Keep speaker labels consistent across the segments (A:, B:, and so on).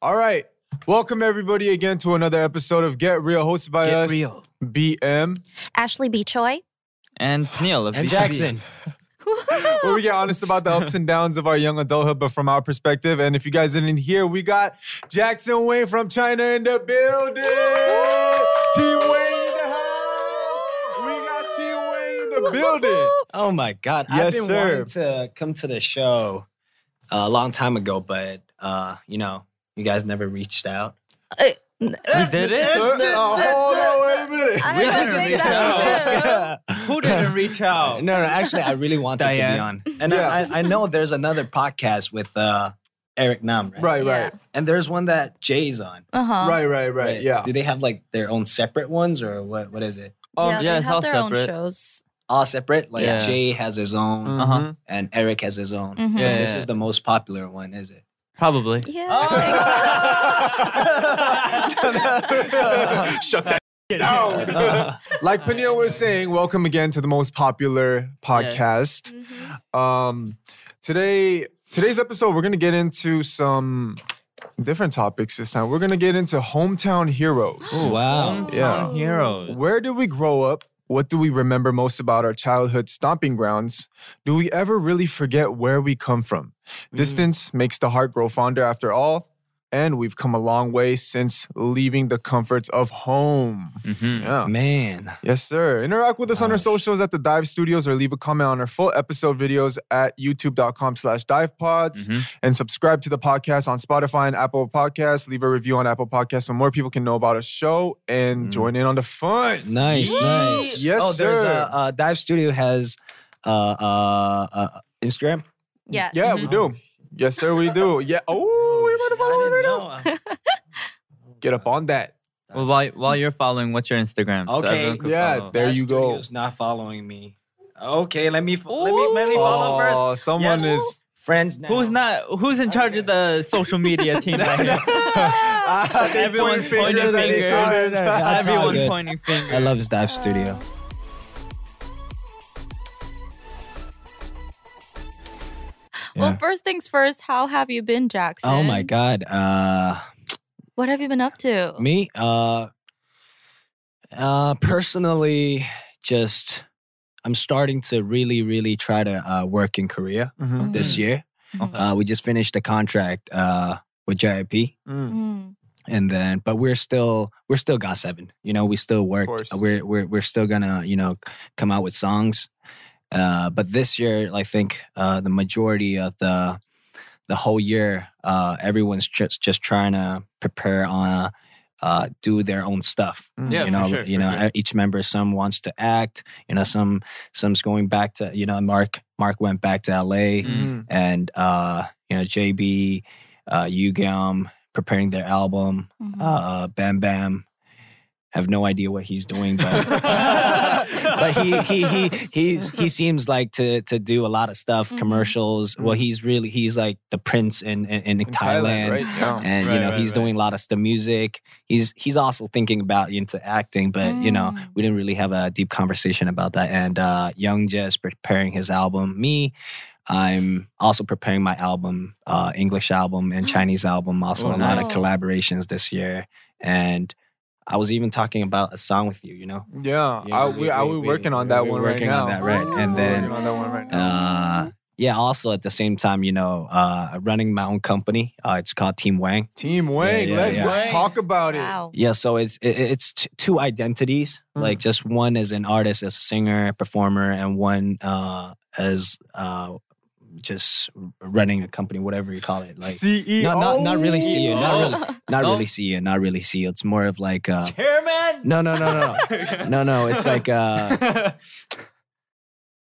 A: All right. Welcome everybody again to another episode of Get Real, hosted by
B: Get
A: us,
B: real.
A: BM,
C: Ashley B. Choi.
B: And Neil of
D: And
B: BTV.
D: Jackson.
A: where we get honest about the ups and downs of our young adulthood, but from our perspective. And if you guys didn't hear, we got Jackson Wayne from China in the building. T Wayne in the house. We got T Wayne in the building.
D: Oh my God.
A: Yes,
D: I've been
A: sir.
D: wanting to come to the show a long time ago, but uh, you know, you guys never reached out.
B: We did
A: Uh,
B: it?
A: hold on, wait a minute.
C: I don't
B: didn't
C: think
B: reach
C: that's
B: out.
C: true.
B: Who didn't reach out?
D: No, no, actually, I really wanted to be
B: Diane.
D: on. And
A: Oh. Yeah.
D: I I, I know there's another podcast with uh, Eric Nam, right?
A: Right,
C: Yeah.
A: right,
D: And there's one that Jay's on.
C: Uh-huh.
A: right, right, right. Yeah.
D: Do they have like their own separate ones or what? what is it?
A: Um,
C: yeah,
B: yeah,
C: they
B: it's
C: have
B: all
C: their own
B: separate.
C: shows.
D: All separate? Like
B: Yeah.
D: Jay has his own
A: Mm-hmm.
B: Uh-huh.
D: and Eric has his own.
C: Mhm.
B: Yeah.
D: This is the most popular one, is it?
B: Probably.
C: Yeah.
D: Oh.
A: Oh Shut that down. like Peniel was saying, welcome again to the most popular podcast. Um, today, today's episode, we're gonna get into some different topics this time. We're gonna get into hometown heroes.
D: wow.
B: Hometown
A: Yeah.
B: heroes.
A: Where did we grow up? What do we remember most about our childhood stomping grounds? Do we ever really forget where we come from? Distance makes the heart grow fonder after all, and we've come a long way since leaving the comforts of home.
B: Mhm.
A: Yeah.
D: Man.
A: Yes, sir. Interact with us on our
D: Hmm. Nice.
A: socials at the Dive Studios or leave a comment on our full episode videos at youtube.com slash divepods
B: Mhm.
A: and subscribe to the podcast on Spotify and Apple Podcasts. Leave a review on Apple Podcasts so more people can know about our show and
D: Mm.
A: join in on the fun.
D: Nice, nice.
A: Yes,
D: oh, there's
A: sir.
D: a uh, Dive Studio has uh, uh, uh, Instagram.
C: yeah.
A: Yeah, we do. Yes, sir, we do. Yeah. Oh, we might have followed right now.
D: I didn't know.
A: Get up on that.
B: Well, while, while you're following, what's your Instagram? So
D: Okay.
B: everyone could
A: Yeah,
B: follow.
A: there
D: Dive
A: you go.
D: Studio's not following me. Okay, let me f- let me let me follow first.
A: Oh, someone
D: Yes.
A: is.
D: Friends now.
B: Who's not? Who's in charge of the social media team right here?
A: Ah, they point
B: Everyone's
A: fingers
B: pointing
A: at each
B: fingers.
A: other.
D: That's all
B: Everyone
D: good.
B: pointing fingers.
D: I love Dive Studio.
C: Well,
D: Yeah.
C: first things first, how have you been, Jackson?
D: Oh my God. Uh,
C: What have you been up to?
D: me. Uh, uh, personally, just I'm starting to really, really try to uh, work in Korea
A: Mhm.
D: this
C: Mhm.
D: year. Uh, we just finished a contract uh, with JIP,
A: Mm.
C: Mm.
D: and then but we're still we're still got seven. You know, we still work.
A: course.
D: We're we're we're still gonna you know come out with songs. Uh, but this year, I think uh, the majority of the the whole year, uh, everyone's just just trying to prepare on uh, do their own stuff
B: Yeah,
D: you know,
B: for sure.
D: you
B: for
D: know, e-,
B: sure.
D: each member. Some wants to act. You know, some some's going back to. You know, Mark Mark went back to L.A.
B: Mm.
A: Mm.
D: and uh, you know JB, uh, Ugam preparing their album.
C: Mhm.
D: Uh, Bam Bam have no idea what he's doing, but. Mm-hmm. But he he he he's he seems like to to do a lot of stuff,
C: Mhm.
D: commercials. Well, he's really he's like the prince in in, Mm-hmm. in
A: In
D: Thailand
A: right? Yeah.
D: and you
B: Right,
D: know
B: right,
D: he's
B: right.
D: doing a lot of the music. He's he's also thinking about into acting, but you know
C: Mm.
D: we didn't really have a deep conversation about that. And uh, Young Jess preparing his album. Me, I'm also preparing my album, uh, English album and Chinese album. Also
B: Oh,
D: a lot of
C: nice.
D: collaborations this year, and I was even talking about a song with you. You know,
A: Yeah,
D: Yeah,
A: I,
D: we-
A: we, I,
D: we-
A: we're
D: we-
A: working on
D: we-
A: that
D: we're
A: one right
D: working
A: now.
D: on that, right? And
A: We're
D: then,
A: working on that one right now.
D: uh, yeah. Also at the same time, you know, uh, running my own company. Uh, it's called Team Wang.
A: Team Wang,
D: yeah,
A: let's
D: yeah.
A: go
B: Wang.
A: talk about it.
C: Wow.
D: Yeah, so it's it, it's t- two identities.
A: Mm.
D: Like just one as an artist, as a singer, performer, and one uh, as uh, just running a company, whatever you call it. Like
A: CEO.
D: not, not not really E CEO, not
B: Oh.
D: really, not
B: No?
D: really CEO, not really CEO. It's more of like uh,
B: Chairman.
D: no, no, no, no, no, no, no. It's like uh,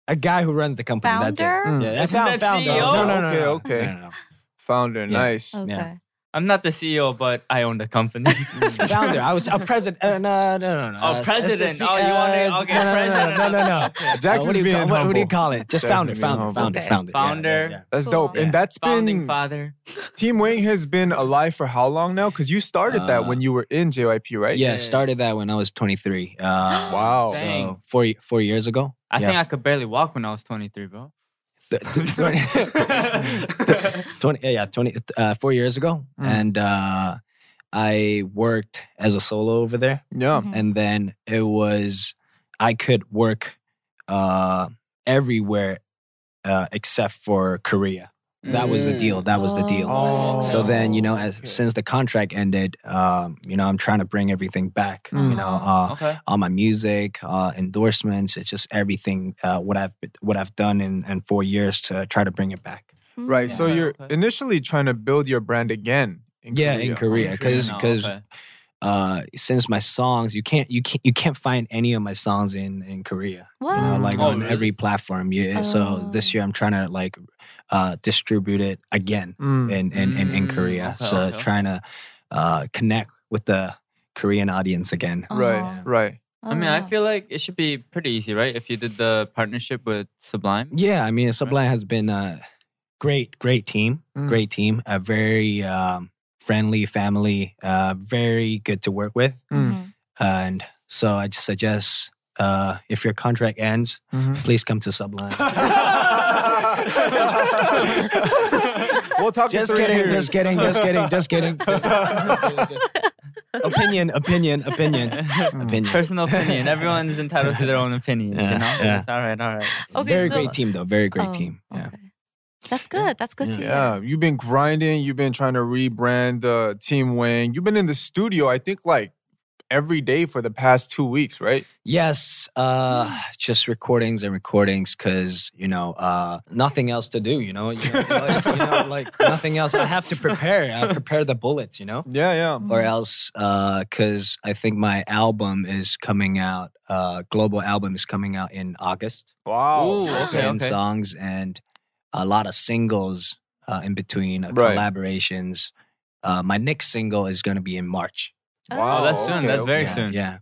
D: a guy who runs the company. That's it.
C: Founder?
A: Mm.
D: Yeah,
B: Isn't
D: found-
B: that
D: found-
B: CEO?
D: No, no, no,
A: Okay,
D: no,
A: okay.
D: no, no, no.
A: Founder,
D: Yeah.
A: nice.
C: Okay.
D: Mm. Yeah.
B: I'm not the CEO, but I own the company.
D: founder. I was a president. Uh, no, no, no, no.
B: Oh,
D: Uh, s-
B: president.
D: s- s-
B: Oh, you wanna-
D: uh,
B: okay,
D: no, no, no,
B: president.
D: No, no, no.
B: Okay.
A: Jackson's
D: what do you
A: being
D: call, what, what do you
A: humble.
D: call it? Just
A: Jackson's
D: founder,
A: being
D: founder,
A: humble.
D: founder,
C: Okay.
D: founder,
B: Founder.
D: Yeah,
A: That's
C: Cool.
A: dope.
D: Yeah.
A: And that's
B: Founding
A: been
B: father.
A: Team Wing has been alive for how long now? Because you started that
D: Uh,
A: when you were in JYP,
D: yeah,
A: right?
D: yeah.
B: Yeah.
D: yeah. Started that when I was 23. Uh,
A: Wow.
B: Dang.
D: So four y- four years ago.
B: I
D: yeah.
B: think I could barely walk when I was 23, bro.
D: Th- th- 20, 20 yeah, yeah, 20, uh, four years ago.
B: Hmm.
A: Mm.
D: And uh, I worked as a solo over there.
A: Yeah.
C: Mhm.
D: And then it was, I could work uh, everywhere uh, except for Korea. That was the
B: Mm.
D: deal. That was the deal.
A: Oh.
D: So then, you know, as
A: Okay.
D: since the contract ended, um, you know, I'm trying to bring everything back.
A: Mm.
D: You know,
C: Mm-hmm.
D: uh,
B: Okay.
D: all my music, uh, endorsements. It's just everything uh, what I've what I've done in, in four years to try to bring it back.
C: Mm-hmm.
A: Right. So
B: Yeah.
A: you're
B: Okay.
A: initially trying to build your brand again. In
D: yeah,
A: Korea.
D: in Korea, because
B: No, okay.
D: uh, since my songs, you can't you can't you can't find any of my songs in in Korea.
C: What?
D: You know, like
B: Oh,
D: on
B: really?
D: every platform. Yeah. So
C: Oh.
D: this year I'm trying to like uh, distribute it again
A: Mm.
D: in in, in, in
B: Mm,
D: Korea.
B: okay,
D: so
B: okay.
D: trying to uh, connect with the Korean audience again.
A: Oh. Right. Right.
C: Oh,
B: I mean, I feel like it should be pretty easy, right? If you did the partnership with Sublime.
D: Yeah, I mean, Sublime has been a great, great team.
A: Mm.
D: Great team. A very um, friendly family. Uh, very good to work with.
A: Mm.
C: Mm-hmm.
D: And so I just suggest uh, if your contract ends,
A: Mhm.
D: please come to Sublime.
A: we'll talk
D: just
A: in three
D: kidding,
A: years.
D: just kidding. Just kidding. Just kidding. Just kidding. just- opinion. Opinion. Opinion.
A: Mm.
D: Opinion.
B: Personal opinion. Everyone is entitled to their own opinion.
D: Yeah,
B: you know?
D: yeah.
B: It's all right, all right.
C: Okay,
D: very
C: so-
D: great team, though. Very great
C: Oh,
D: team. Yeah.
C: okay. That's good. That's good to hear.
A: Yeah, you've been grinding. You've been trying to rebrand the Team Wing. You've been in the studio, I think, like every day for the past two weeks, right?
D: Yes, uh, just recordings and recordings because you know uh, nothing else to do. You know, you know, like, you know, like nothing else. I have to prepare. I prepare the bullets. You know,
A: Yeah, yeah.
C: Mm-hmm.
D: or else because I think my album is coming out. Uh, global album is coming out in August.
A: Wow.
B: Ooh, okay,
D: Ten
B: okay.
D: songs and a lot of singles uh, in between uh,
A: Right.
D: collaborations. Uh, my next single is going to be in March.
C: Mm-hmm.
B: Oh, that's soon.
A: okay,
B: that's very
D: yeah,
B: soon.
D: Yeah,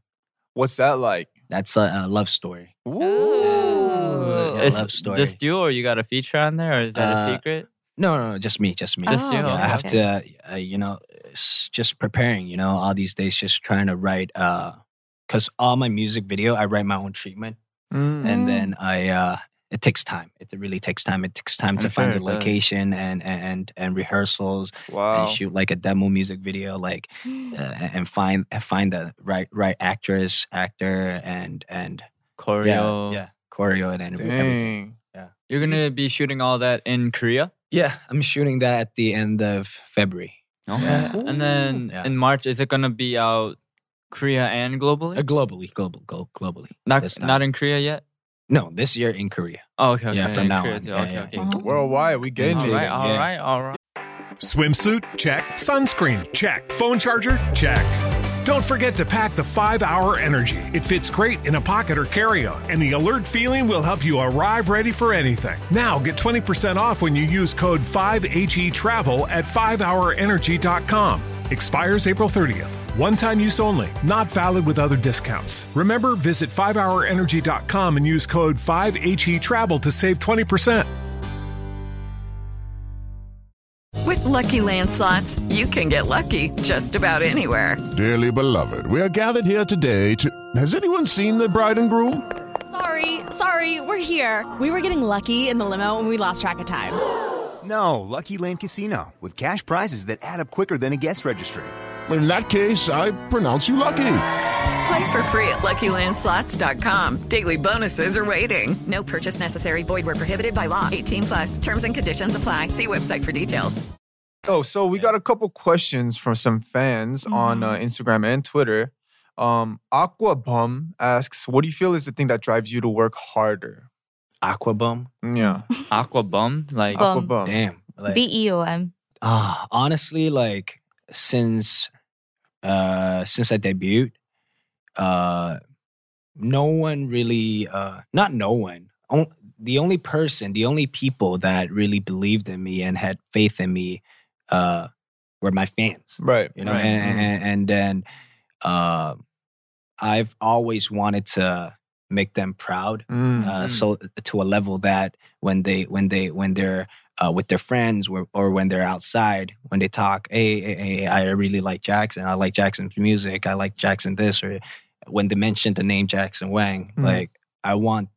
A: What's that like?
D: that's a, a love story.
C: Ooh.
D: Yeah, love story.
B: Just you, or you got a feature on there, or is that
D: Uh,
B: a secret?
D: No, no, no, just me, just me.
B: Just you.
D: Yeah,
C: Oh,
B: okay,
D: I have to, uh, you know, s- just preparing. You know, all these days, just trying to write. Because all my music video, I write my own treatment,
A: Mm.
C: Mm.
D: and then I. Uh, it takes time. It really takes time. It takes time
B: I'm
D: to find the
B: sure it does.
D: location and and and, and rehearsals
A: Wow.
B: Oh.
D: and shoot like a demo music video, like uh,
C: Mm.
D: and find and find the right right actress, actor, and and
B: Choreo.
D: yeah, yeah, choreo and, and everything.
A: Dang.
B: You're gonna be shooting all that in Korea.
D: Yeah, I'm shooting that at the end of February.
B: Okay.
D: Yeah.
B: And then
D: Yeah.
B: in March, is it gonna be out Korea and globally?
D: Uh, globally, global, glo- globally.
B: Not
D: this time.
B: not in Korea yet.
D: No, this year in Korea.
B: Oh, okay. okay.
D: Yeah, from
B: in
D: now
B: Korea
D: on.
B: too.
D: Yeah,
B: okay,
D: yeah.
B: okay.
C: Mhm.
A: Worldwide, we getting
B: All
A: it.
B: right, all
D: yeah.
B: right, all right.
E: Swimsuit? Check. Sunscreen? Check. Phone charger? Check. Don't forget to pack the 5 Hour Energy. It fits great in a pocket or carry on, and the alert feeling will help you arrive ready for anything. Now get 20% off when you use code 5HE Travel at 5hourenergy.com. Expires April 30th. One time use only, not valid with other discounts. Remember, visit 5hourenergy.com and use code 5HE Travel to save 20%.
F: With Lucky Land slots, you can get lucky just about anywhere.
G: Dearly beloved, we are gathered here today to. Has anyone seen the bride and groom?
H: Sorry, sorry, we're here. We were getting lucky in the limo and we lost track of time.
I: No, Lucky Land Casino, with cash prizes that add up quicker than a guest registry.
G: In that case, I pronounce you lucky.
F: Play for free at LuckyLandSlots.com. Daily bonuses are waiting.
J: No purchase necessary. Void where prohibited by law. 18 plus. Terms and conditions apply. See website for details.
A: Oh, so we got a couple questions from some fans on uh, Instagram and Twitter. Um, Aquabum asks, "What do you feel is the thing that drives you to work harder?"
D: Aquabum.
A: Yeah.
D: Aquabum? Like
B: Oh,
C: Bum.
D: Aquabum. Damn. Like,
C: B E O M.
D: Ah, honestly, like since uh since I debuted, uh no one really uh not no one. On, the only person, the only people that really believed in me and had faith in me uh were my fans.
A: Right.
D: You know,
A: right. mm-hmm.
D: and, and and then uh I've always wanted to make them proud.
A: Mm.
D: Uh, so to a level that when they when they when they're uh, with their friends or, or when they're outside when they talk hey, hey, hey i really like jackson i like jackson's music i like jackson this or when they mention the name jackson wang
A: Mm.
D: like i want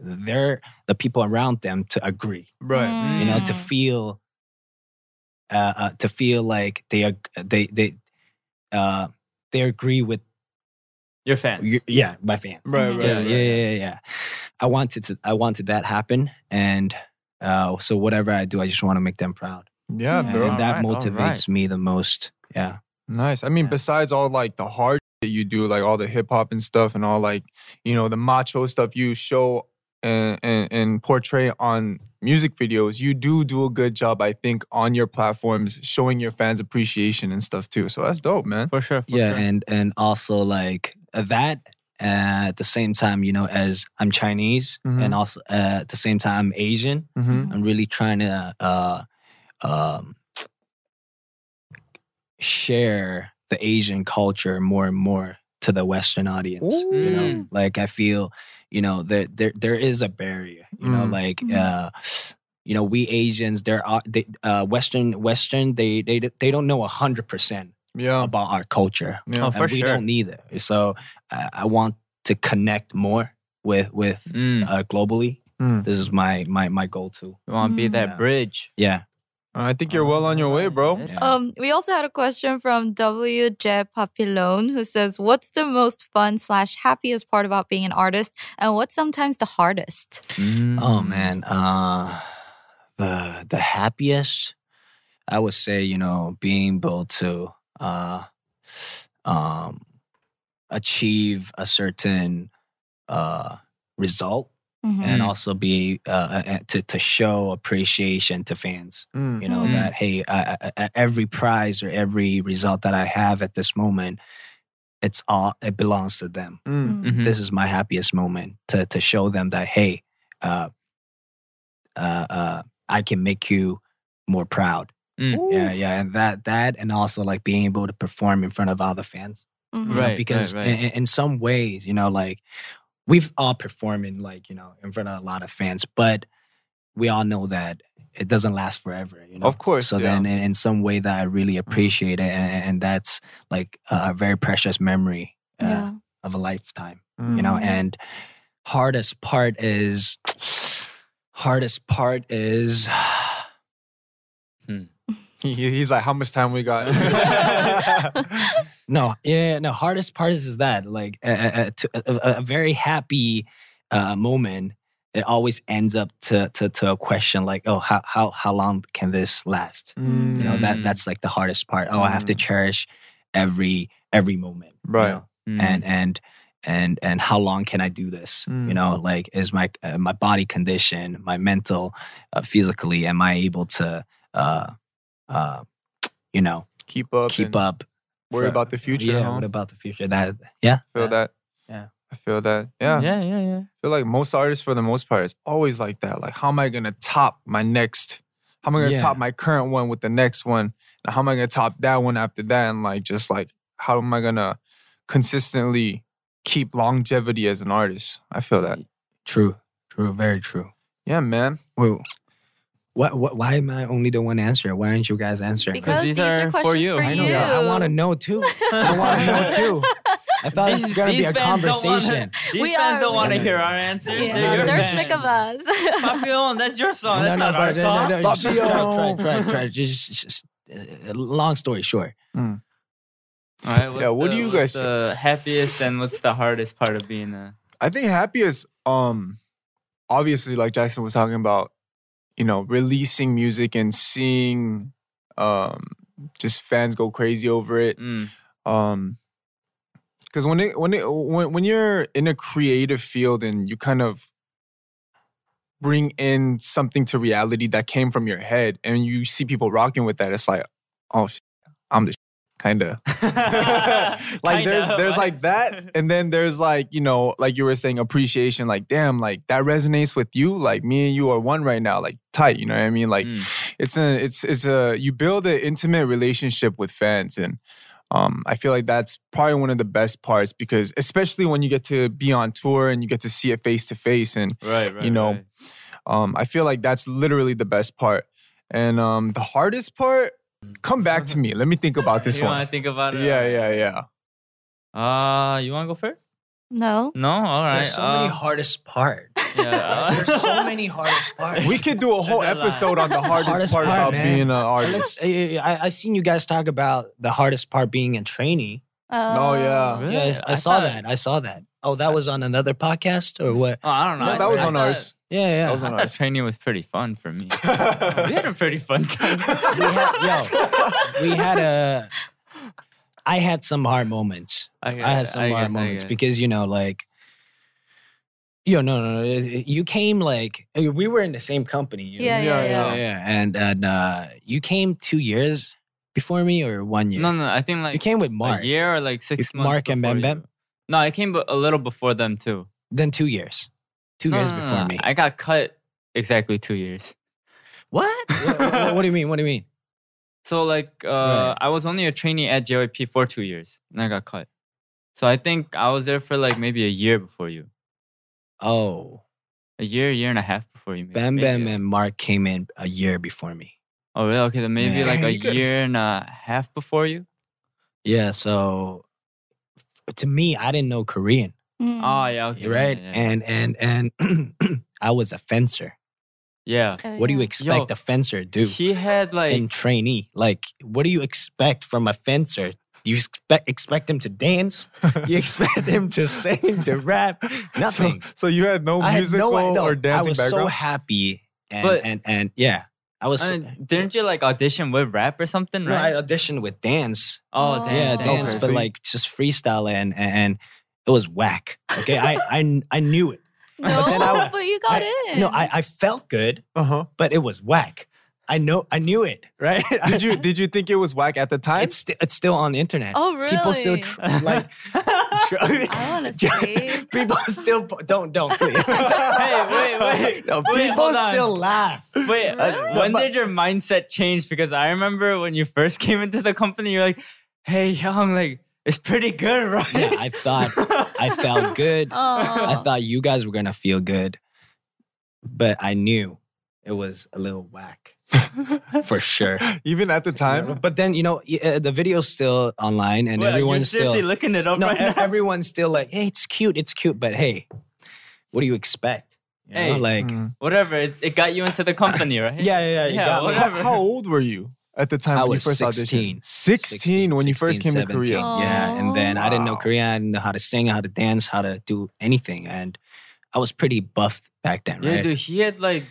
D: their the people around them to agree
A: Right.
C: Mm.
D: you know to feel uh, uh to feel like they ag- they they uh they agree with
B: Your fans.
D: you- yeah, my fans.
B: Right, right,
D: Mm-hmm. yeah,
B: right.
D: yeah, yeah, yeah, yeah. I wanted to. I wanted that happen, and uh, so whatever I do, I just want to make them proud.
A: Yeah,
D: And-
A: bro.
D: and that
A: Alright, alright.
D: motivates me the most. Yeah.
A: Nice. I mean, besides all like the hard that you do, like all the hip hop and stuff, and all like you know the macho stuff you show and, and and portray on music videos, you do do a good job, I think, on your platforms showing your fans appreciation and stuff too. So that's dope, man.
B: For sure.
D: yeah, and and also like uh, that uh, at the same time, you know, as I'm Chinese,
A: Mhm.
B: Mm-hmm.
D: and also uh, at the same time I'm Asian.
A: Mhm.
D: I'm really trying to uh, um, share the Asian culture more and more to the Western audience. You
A: Mm.
D: know, like I feel, you know, there there there is a barrier. You know,
A: Mm.
D: like. Uh, you know, we Asians, there are they, uh, Western Western. They they they don't know hundred percent
A: Yeah.
D: about our culture.
A: Yeah. Oh,
D: And
A: for
D: we
A: sure.
D: don't either. So I, I want to connect more with with uh, globally.
A: Mm.
D: This is my my my goal too.
B: mm, You want to be that
D: Yeah.
B: bridge.
D: Yeah.
A: I think you're well on your way, bro.
C: Um, we also had a question from W. J. Papillon who says, "What's the most fun slash happiest part about being an artist, and what's sometimes the hardest?"
B: Mm.
D: Oh
B: Mm-hmm.
D: man, uh, the the happiest I would say, you know, being able to uh, um, achieve a certain uh, result
H: Mm-hmm.
D: and also be uh, uh, uh, to to show appreciation to fans.
A: Mm.
D: You know
A: Mm.
D: that hey, I, I- I, every prize or every result that I have at this moment, it's all it belongs to them.
A: Mm.
B: Hmm. Mm-hmm.
D: This is my happiest moment to to show them that hey, uh, uh, uh, I can make you more proud. Yeah, yeah, and that that and also like being able to perform in front of other fans.
C: Mhm.
D: You know,
B: Right, right,
D: because
B: right.
D: In, in- in some ways, you know, like we've all performed in like, you know, in front of a lot of fans, but we all know that it doesn't last forever, you know.
A: Of course,
D: So
A: yeah.
D: then in, in some way that I really appreciate it and, and that's like a a very precious memory uh,
C: Yeah.
D: of a lifetime. You know,
C: Mm.
D: and hardest part is hardest part is
A: He, he's like, how much time we got?
D: No, yeah, no. Hardest part is, is that like a, a, a- to- a, a- a very happy uh, moment. It always ends up to, to to a question like, oh, how how how long can this last? You know that
A: Mm.
D: that's like the hardest part. Oh, I have to cherish every every moment. you
A: Right. Mm.
D: know? And and and and how long can I do this? You know,
A: Mm.
D: like is my uh, my body condition, my mental, uh, physically, am I able to, uh, uh, you know,
A: keep up,
D: keep
A: and
D: up
A: Worry
D: for-
A: about the future.
D: Yeah,
A: huh?
D: what about the future? That yeah,
A: feel that.
D: Yeah.
A: I feel that. Yeah.
B: Yeah, yeah, yeah.
A: I feel like most artists, for the most part, is always like that. Like, how am I gonna top my next? How am I gonna
D: Yeah.
A: top my current one with the next one? And how am I gonna top that one after that? And like, just like, how am I gonna consistently keep longevity as an artist? I feel that.
D: true, true, very true.
A: Yeah, man.
D: Wait, what, what? Why am I only the one answering? Why aren't you guys answering?
C: Because these, are, questions for you.
D: I know. yeah, I want to know too. I want to know too. I thought this was gonna be a conversation.
B: These
C: We
B: fans
C: are-
B: don't want to
D: Yeah.
B: hear our answer.
C: Yeah,
B: They're your
C: they're
B: fans.
C: sick of us.
B: Papillon, that's your song.
D: no,
B: That's
D: no,
B: not our
D: but, no,
B: song.
D: no, no, just try, try, try, try. Just, just, just, uh, long story short,
B: All right, what's
A: Yeah, what do
B: the,
A: you
B: what's
A: guys think?
B: the happiest and what's the hardest part of being a
A: I think happiest, um, obviously, like Jackson was talking about, you know, releasing music and seeing um just fans go crazy over it.
B: mm.
A: Um because when it when it when when you're in a creative field and you kind of bring in something to reality that came from your head and you see people rocking with that, it's like, oh, sh- I'm the kind of like
K: Kinda,
A: there's there's
K: but-
A: like that and then there's like you know like you were saying appreciation like damn like that resonates with you like me and you are one right now like tight you know what i mean like it's a it's it's a you build an intimate relationship with fans and um, I feel like that's probably one of the best parts because, especially when you get to be on tour and you get to see it face to face, and
B: Right, right,
A: you know,
B: right.
A: um, I feel like that's literally the best part. And um, the hardest part, come back to me. Let me think about this
B: you
A: one.
B: want to think about it?
A: Yeah, yeah, yeah.
B: Uh, you want to go first?
C: No.
B: No, all right. uh,
D: There's so many hardest part.
B: Yeah, uh,
D: There's so many hardest parts.
A: We could do a whole
D: There's a lot.
A: episode on the hardest, part, about
D: man.
A: being an
D: And
A: artist.
D: it's- I- uh, I, I've seen you guys talk about the hardest part being a trainee.
A: Oh, yeah.
D: Yeah, I, I saw that. I saw that. Oh, that was on another podcast or what?
B: Oh, I don't know.
D: No,
B: I-
D: that was
B: I
D: on
B: thought-
D: ours. Yeah, yeah.
B: I thought uh, training was pretty fun for me. we had a pretty fun time.
D: we had a I had some hard moments. I,
B: I get it,
D: had some
B: I
D: hard
B: guess, I
D: moments
B: get it.
D: because you know, like yo, no, no, no. it- it- You came like eh, we were in the same company. you know?
B: Yeah, yeah, Yeah, yeah. yeah.
D: And and uh, you came two years before me or one year?
B: No, no, I think like
D: you came with Mark.
B: a year or like six
D: With
B: months.
D: Mark and
B: before
D: Bam
B: you.
D: Bam?
B: No, I came b- a little before them too.
D: Then two years. Two
B: No,
D: years
B: no, no,
D: before
B: no.
D: me.
B: I got cut exactly two years.
D: What? what? What do you mean? What do you mean?
B: So like, uh, I was only a trainee at JYP for two years, and I got cut. So I think I was there for like maybe a year before you.
D: Oh,
B: a year, year and a half before you. Maybe.
D: Bam
B: maybe.
D: Bam and Mark came in a year before me.
B: Oh really? Okay, then maybe
D: Yeah.
B: like
D: Dang,
B: a
D: you could've-
B: year and a half before you.
D: Yeah, so f- to me, I didn't know Korean,
C: Mm.
D: Uh,
B: Oh yeah, okay,
D: right?
B: Yeah, yeah.
D: And and and I was a fencer.
B: yeah.
D: what do you expect a fencer to do?
B: He had like
D: and trainee. Like, what do you expect from a fencer? You expect expect him to dance? You expect him to sing, to rap? Nothing.
A: So you had no
D: I had
A: musical
D: no- no,
A: or
D: I
A: dancing
D: was so
A: background.
D: happy, and
B: But-
D: and and yeah, I was. so-
B: Uh, didn't you like audition with rap or something?
D: No,
B: Right?
D: I auditioned with dance.
B: Oh, damn.
D: yeah,
B: damn.
D: dance, but like just freestyle and and, and it was whack. Okay, I I I knew it.
C: No, but,
D: then I wa-
C: you got
D: I-
C: in.
D: No, I, I felt good,
A: uh-huh.
D: but it was whack. I know I knew it, right?
A: did you did you think it was whack at the time?
D: It's st- it's still on the internet.
C: Oh,
D: People still tr-
C: really?
D: like
C: I want to see.
D: people still po- don't don't please.
B: hey, wait, wait.
D: No,
B: Wait,
D: people
B: hold on.
D: still laugh.
B: Wait, uh, when did your mindset change? Because I remember when you first came into the company, you're like, "Hey, young, like it's pretty good, right?"
D: Yeah, I thought I felt good. I
C: Oh.
D: thought you guys were gonna feel good, but I knew it was a little whack for sure.
A: Even at the time,
D: But then you know y- uh, the video's still online, and
B: Wait, are you
D: everyone's
B: seriously
D: still
B: looking it up
D: no,
B: right
D: e-
B: now.
D: everyone's still like, hey, it's cute, it's cute, but hey, what do you expect? You know,
B: Hey.
D: like
A: Mm.
B: Whatever, it, it got you into the company, right?
D: yeah, yeah, yeah, you
B: yeah,
D: got me.
A: how,
B: whatever.
A: how old were you at the time
D: I
A: when
D: was
A: you first
D: 16.
A: auditioned? 16, when you first
D: 16,
A: came to
D: 17,
A: Korea.
D: Yeah, and then I didn't know Korean. I didn't know how to sing, how to dance, how to do anything, and I was pretty buff back then,
B: Yeah,
D: right?
B: dude, he had like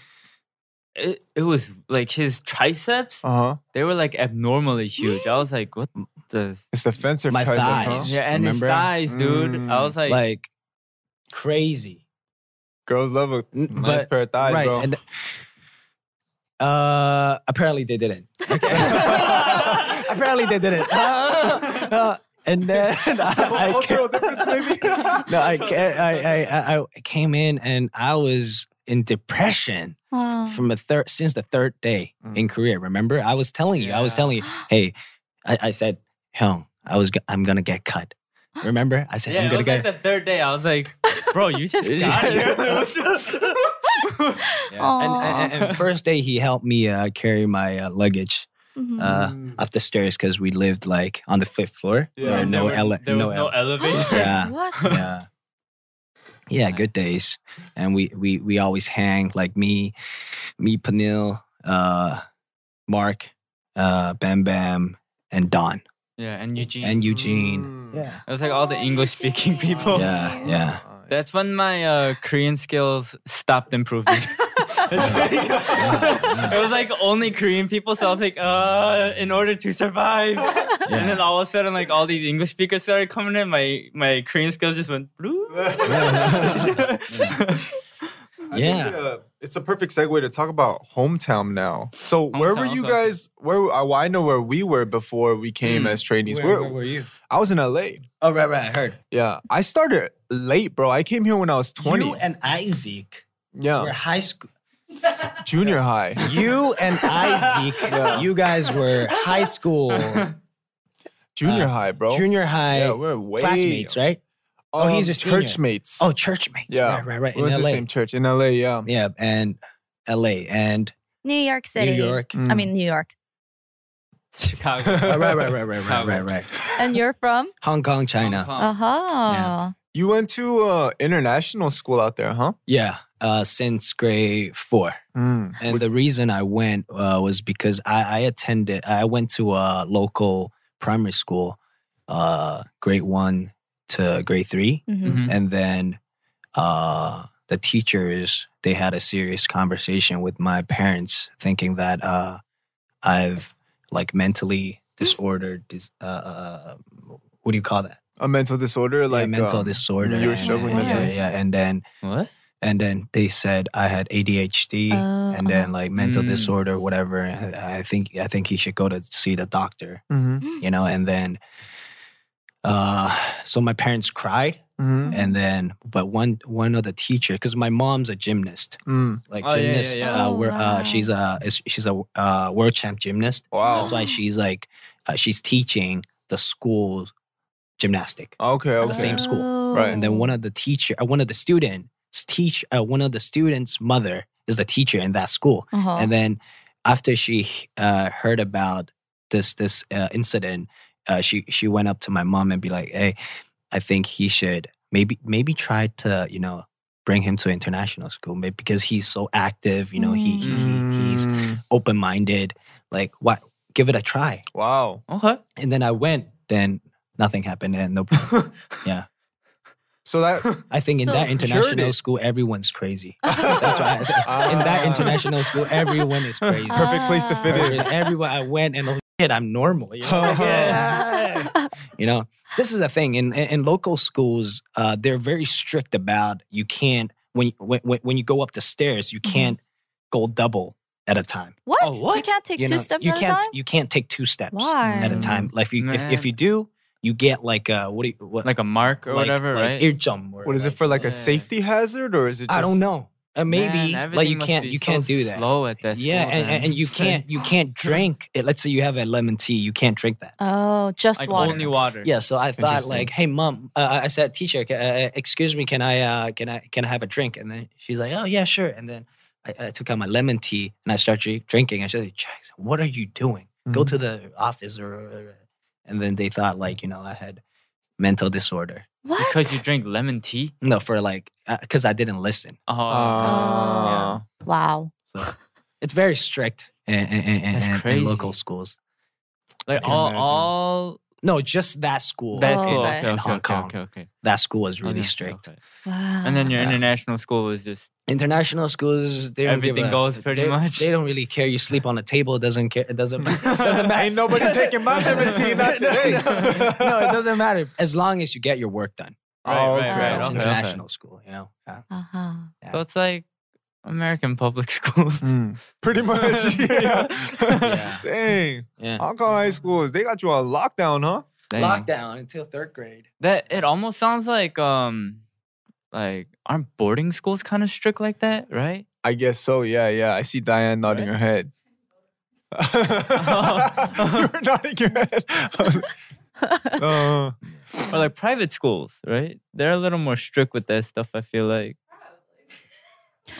B: it, it was like his triceps,
A: Uh huh.
B: they were like abnormally huge. I was like, what the
A: It's the fencer
D: My
A: tricep, huh?
D: thighs.
B: Yeah, and
D: remember?
B: his thighs, dude. I
A: Mm.
B: was like,
D: like crazy.
A: Girls love a nice
D: but-
A: pair of thighs,
D: right,
A: bro.
D: and- Uh, apparently they didn't. Okay. apparently they didn't. Uh, uh, and then I, I,
A: Cultural difference, maybe.
D: no, I, ca- I, I, I, I came in and I was in depression
C: Oh.
D: from the third since the third day in Korea. Remember, I was telling you, I was telling you, hey, I, I said, Hyung, I was, go- I'm gonna get cut. Remember, I said,
B: yeah,
D: I'm
B: it
D: gonna
B: was
D: get.
B: like the third day. I was like, bro, you just got here. What the-
D: and, and, and first day he helped me uh, carry my uh, luggage
C: Mhm.
D: uh, up the stairs because we lived like on the fifth floor.
A: Yeah.
D: There were no
B: there,
D: ele-
B: there was no
D: ele-
B: elevator.
D: yeah,
C: What?
D: yeah, yeah. Good days, and we we we always hang like me, me Panil, uh, Mark, uh, Bam Bam, and Don
B: Yeah, and Eugene.
D: and Eugene. Yeah,
B: it was like all the English speaking people.
D: yeah, yeah.
B: That's when my uh, Korean skills stopped improving. it was like only Korean people, so I was like, uh, in order to survive. And then all of a sudden, like all these English speakers started coming in. My my Korean skills just went blue.
A: I think, uh, it's a perfect segue to talk about hometown now. So where were
D: Hometown,
A: you
D: okay, okay.
A: guys? Where oh, I know where we were before we came as trainees.
D: Where- where were you?
A: I was in LA.
D: Oh right, right. I heard.
A: Yeah, I started late, bro. I came here when I was twenty. Oh.
D: You and Isaac were Uh,
A: yeah,
D: high school.
A: junior high.
D: You and Isaac,
A: Yeah.
D: you guys were high school,
A: Junior
D: uh,
A: high, bro.
D: junior high
A: Yeah, we're way-
D: classmates, right? Oh, he's
A: Um,
D: your senior.
A: church mates.
D: Oh, church mates.
A: yeah,
D: Right, right, right.
A: We went
D: In
A: to the
D: LA.
A: same church in LA. Yeah,
D: Yeah, and LA and
C: New York City.
D: York.
C: I
A: Mm.
C: mean, New York.
B: Chicago.
D: right, uh, right, right, right, right, right, right, right.
C: And you're from?
D: Hong Kong, China.
B: Uh-huh.
C: Uh huh.
A: you went to uh, international school out there, huh?
D: Yeah, uh, since grade four.
A: Mm.
D: And the reason I went uh, was because I, I attended, I went to a local primary school, uh, grade one to grade 3
C: Mhm.
B: Mm-hmm.
A: Mm-hmm.
D: And then uh, the teachers, they had a serious conversation with my parents, thinking that uh, I've like mentally
A: Hmm.
D: disordered, dis- uh, uh, what do you call that?
A: A mental disorder,
D: Yeah,
A: like
D: mental
A: um,
D: disorder.
A: You were
D: and-
A: struggling
D: and-
A: mentally.
D: Yeah, and then
B: What?
D: and then they said I had ADHD
C: Oh,
A: uh-huh.
D: and then like mental
B: Mm.
D: disorder, whatever. and I I think I think he should go to see the doctor,
A: Mm-hmm.
D: you know. And then, uh, so my parents cried,
A: Mm-hmm.
D: and then but one one of the teacher, because my mom's a gymnast,
A: Mm.
D: like
B: Oh, yeah, yeah,
D: gymnast.
B: yeah.
D: Uh,
C: Oh,
D: we're,
C: wow.
D: uh, she's a is- she's a uh, world champ gymnast.
A: Wow.
B: Oh.
D: That's why she's like uh, she's teaching the school gymnastic
A: Okay.
D: at
A: Okay.
D: the same
C: Oh.
D: school.
A: Right.
D: And then one of the teacher, uh, one of the students teach, uh, one of the students' mother is the teacher in that school.
C: Uh-huh.
A: Oh.
D: And then after she uh, heard about this this uh, incident, uh, she she went up to my mom and be like, "Hey, I think he should maybe maybe try to you know bring him to international school, maybe because he's so active. You know, he, he, he he's
A: Mm.
D: open minded. Like, what? Give it a try."
A: wow.
B: Okay.
D: And then I went. Then nothing happened. And no, yeah.
A: So that
D: I think in
C: So-
D: that
C: Heard
D: international
A: it.
D: school, everyone's crazy. That's why. I think. in that
A: Ah.
D: international school, everyone is crazy.
A: perfect place to fit in.
D: Everyone- Everywhere I went, and oh, shit, I'm normal. You know?
B: Uh-huh.
D: you know, this is the thing. In in, in local schools, uh, they're very strict about you can't when when when when you go up the stairs, you can't go double at a time.
C: Mm-hmm. What?
B: Oh, what?
C: You can't take
D: you
C: two
D: know?
C: steps
D: you
C: at
D: can't
C: a time?
D: you can't take two steps
C: Why?
D: at a time. Like if you if, if you do, you get like uh what do you what
B: Mm-hmm. Like a mark or
D: like-
B: whatever,
D: like
B: right?
D: Ear jump. or
A: What is it
D: like-
A: for? Like
B: Yeah.
A: a safety hazard, or is it? Just,
D: I don't know. Uh, maybe
B: Man,
D: like you
B: everything must
D: can't
B: be
D: you
B: so
D: can't do that.
B: Slow at that.
D: yeah,
B: school,
D: and,
B: man.
D: and, and you can't you can't drink. It. Let's say you have a lemon tea, you can't drink that.
C: Oh, just
B: like
C: water.
B: only water.
D: Yeah, so I thought
B: Interesting.
D: like, hey mom, uh, I- I said teacher, ca- uh, excuse me, can I uh, can I can I have a drink? And then she's like, oh yeah, sure. And then I, I took out my lemon tea and I started drink- drinking. I said, Jackson, what are you doing? Go
B: Mm-hmm.
D: to the office or- or. or- And then they thought like you know I had mental disorder.
C: What?
B: Because you drink lemon tea.
D: No, for like because I didn't listen.
B: Oh,
A: Ah.
C: wow.
D: So it's very strict in, in, in, in,
B: That's
D: in
B: crazy.
D: local schools.
B: like
A: can
B: all,
A: imagine.
B: all.
D: No, just that school.
B: That's
C: Oh,
B: cool.
C: okay.
B: Okay,
D: in
B: okay,
D: Hong
B: okay,
D: Kong.
B: okay, okay.
D: That school was really
B: Okay,
D: strict.
B: okay.
C: Wow.
B: And then your
D: Yeah.
B: international school was just
D: International schools, they don't give
B: Everything
D: a-
B: goes pretty
D: they-
B: much.
D: They don't really care. You sleep on a table. It doesn't care. It doesn't. doesn't matter.
A: Ain't nobody taking my lemon tea, not today.
D: no, no, it doesn't matter as long as you get your work done.
B: right,
A: Oh,
B: right,
C: okay.
B: right.
D: it's
B: okay,
D: international school, you know. Yeah.
C: Uh-huh.
B: Okay. So it's like American public schools.
A: Mm. Pretty much. Yeah.
D: Yeah.
A: Dang.
D: yeah.
A: Hong Kong high schools, they got you on lockdown, huh?
B: Dang.
D: Lockdown until third grade.
B: That it almost sounds like um, like aren't boarding schools kind of strict like that, right?
A: I guess so. Yeah, yeah. I see Diane nodding her head. You're nodding your head. I was- Uh,
B: Or like private schools, right? They're a little more strict with that stuff. I feel like.